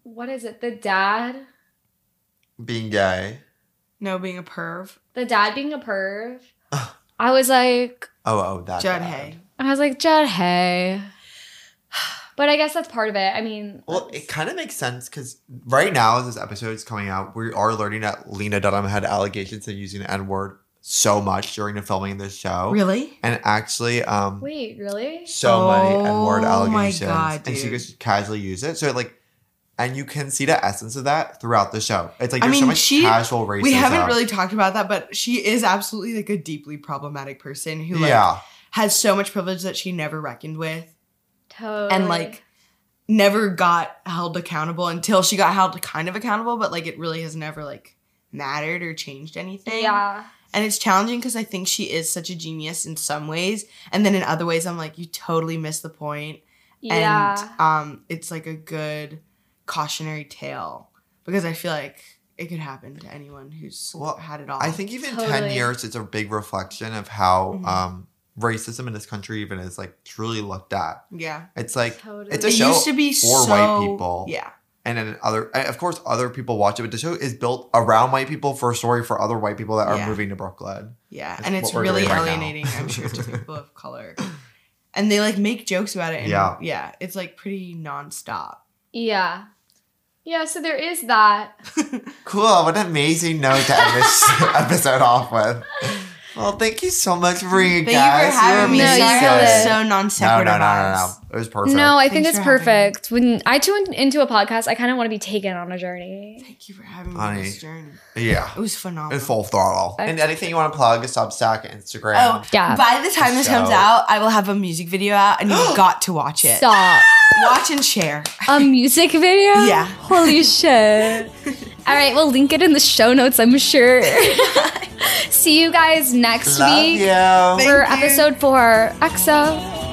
Speaker 1: what is it? The dad,
Speaker 3: Being gay.
Speaker 5: no, being a perv.
Speaker 1: the dad being a perv. I was like,
Speaker 3: Oh, oh, that.
Speaker 5: Judd
Speaker 3: bad.
Speaker 5: Hay.
Speaker 1: I was like Jed Hay. But I guess that's part of it. I mean,
Speaker 3: Well,
Speaker 1: that's-
Speaker 3: it kind of makes sense because right now, as this episode is coming out, we are learning that Lena Dunham had allegations of using the N word so much during the filming of this show.
Speaker 5: Really?
Speaker 3: And actually, um,
Speaker 1: wait, really?
Speaker 3: so many N word
Speaker 5: Oh my
Speaker 3: allegations.
Speaker 5: God,
Speaker 3: and she
Speaker 5: dude.
Speaker 3: just casually used it. So, like, and you can see the essence of that throughout the show. It's like
Speaker 5: I
Speaker 3: there's so
Speaker 5: mean,
Speaker 3: much
Speaker 5: she-
Speaker 3: casual racism.
Speaker 5: We haven't really talked about that, but she is absolutely like a deeply problematic person who like
Speaker 3: yeah.
Speaker 5: has so much privilege that she never reckoned with.
Speaker 1: Totally.
Speaker 5: and like never got held accountable until she got held kind of accountable but like it really has never like mattered or changed anything
Speaker 1: yeah,
Speaker 5: and it's challenging because i think she is such a genius in some ways and then in other ways i'm like you totally missed the point
Speaker 1: yeah.
Speaker 5: and um it's like a good cautionary tale because i feel like it could happen to anyone who's
Speaker 3: Well,
Speaker 5: had it all
Speaker 3: I think even ten
Speaker 1: Totally.
Speaker 3: years is a big reflection of how
Speaker 5: Mhm.
Speaker 3: um, racism in this country even is like truly looked at.
Speaker 5: yeah
Speaker 3: It's like
Speaker 1: totally.
Speaker 3: it's a
Speaker 5: it
Speaker 3: show
Speaker 5: used to be
Speaker 3: for
Speaker 5: so,
Speaker 3: white people.
Speaker 5: yeah
Speaker 3: and then other and of course other people watch it, but the show is built around white people for a story for other white people that are
Speaker 5: Yeah.
Speaker 3: moving to Brooklyn.
Speaker 5: Yeah,
Speaker 3: That's
Speaker 5: and it's
Speaker 3: what we're
Speaker 5: really
Speaker 3: doing right now.
Speaker 5: alienating, I'm sure, to people of color. And they like make jokes about it. And,
Speaker 3: Yeah.
Speaker 5: yeah, it's like pretty nonstop.
Speaker 1: Yeah. Yeah, so there is that.
Speaker 3: Cool, what an amazing note to end this episode off with. Well, thank you so much for being
Speaker 5: Thank you
Speaker 3: guys.
Speaker 5: for having me.
Speaker 1: No, you
Speaker 5: Sorry,
Speaker 1: killed
Speaker 5: I
Speaker 1: it.
Speaker 5: was so non
Speaker 3: No,
Speaker 5: sequitur.
Speaker 3: no, no, no, no. It was perfect.
Speaker 1: No, I think
Speaker 5: Thanks
Speaker 1: it's
Speaker 5: for having me.
Speaker 1: perfect. When I tune into a podcast, I kind of want to be taken on a journey.
Speaker 5: Thank you for having me
Speaker 3: Honey.
Speaker 5: on this journey.
Speaker 3: yeah,
Speaker 5: It was
Speaker 3: in
Speaker 5: phenomenal.
Speaker 3: full throttle.
Speaker 1: I-
Speaker 3: and anything you want to plug, Substack, Instagram.
Speaker 5: Oh,
Speaker 1: Yeah.
Speaker 5: by the time this comes
Speaker 3: So-
Speaker 5: out, I will have a music video out, and you've got to watch it.
Speaker 1: Stop.
Speaker 5: Watch and share.
Speaker 1: a music video?
Speaker 5: Yeah.
Speaker 1: Holy shit. All right, we'll link it in the show notes, I'm sure. See you guys next
Speaker 3: Love
Speaker 1: week
Speaker 3: you.
Speaker 1: for episode four. EXO.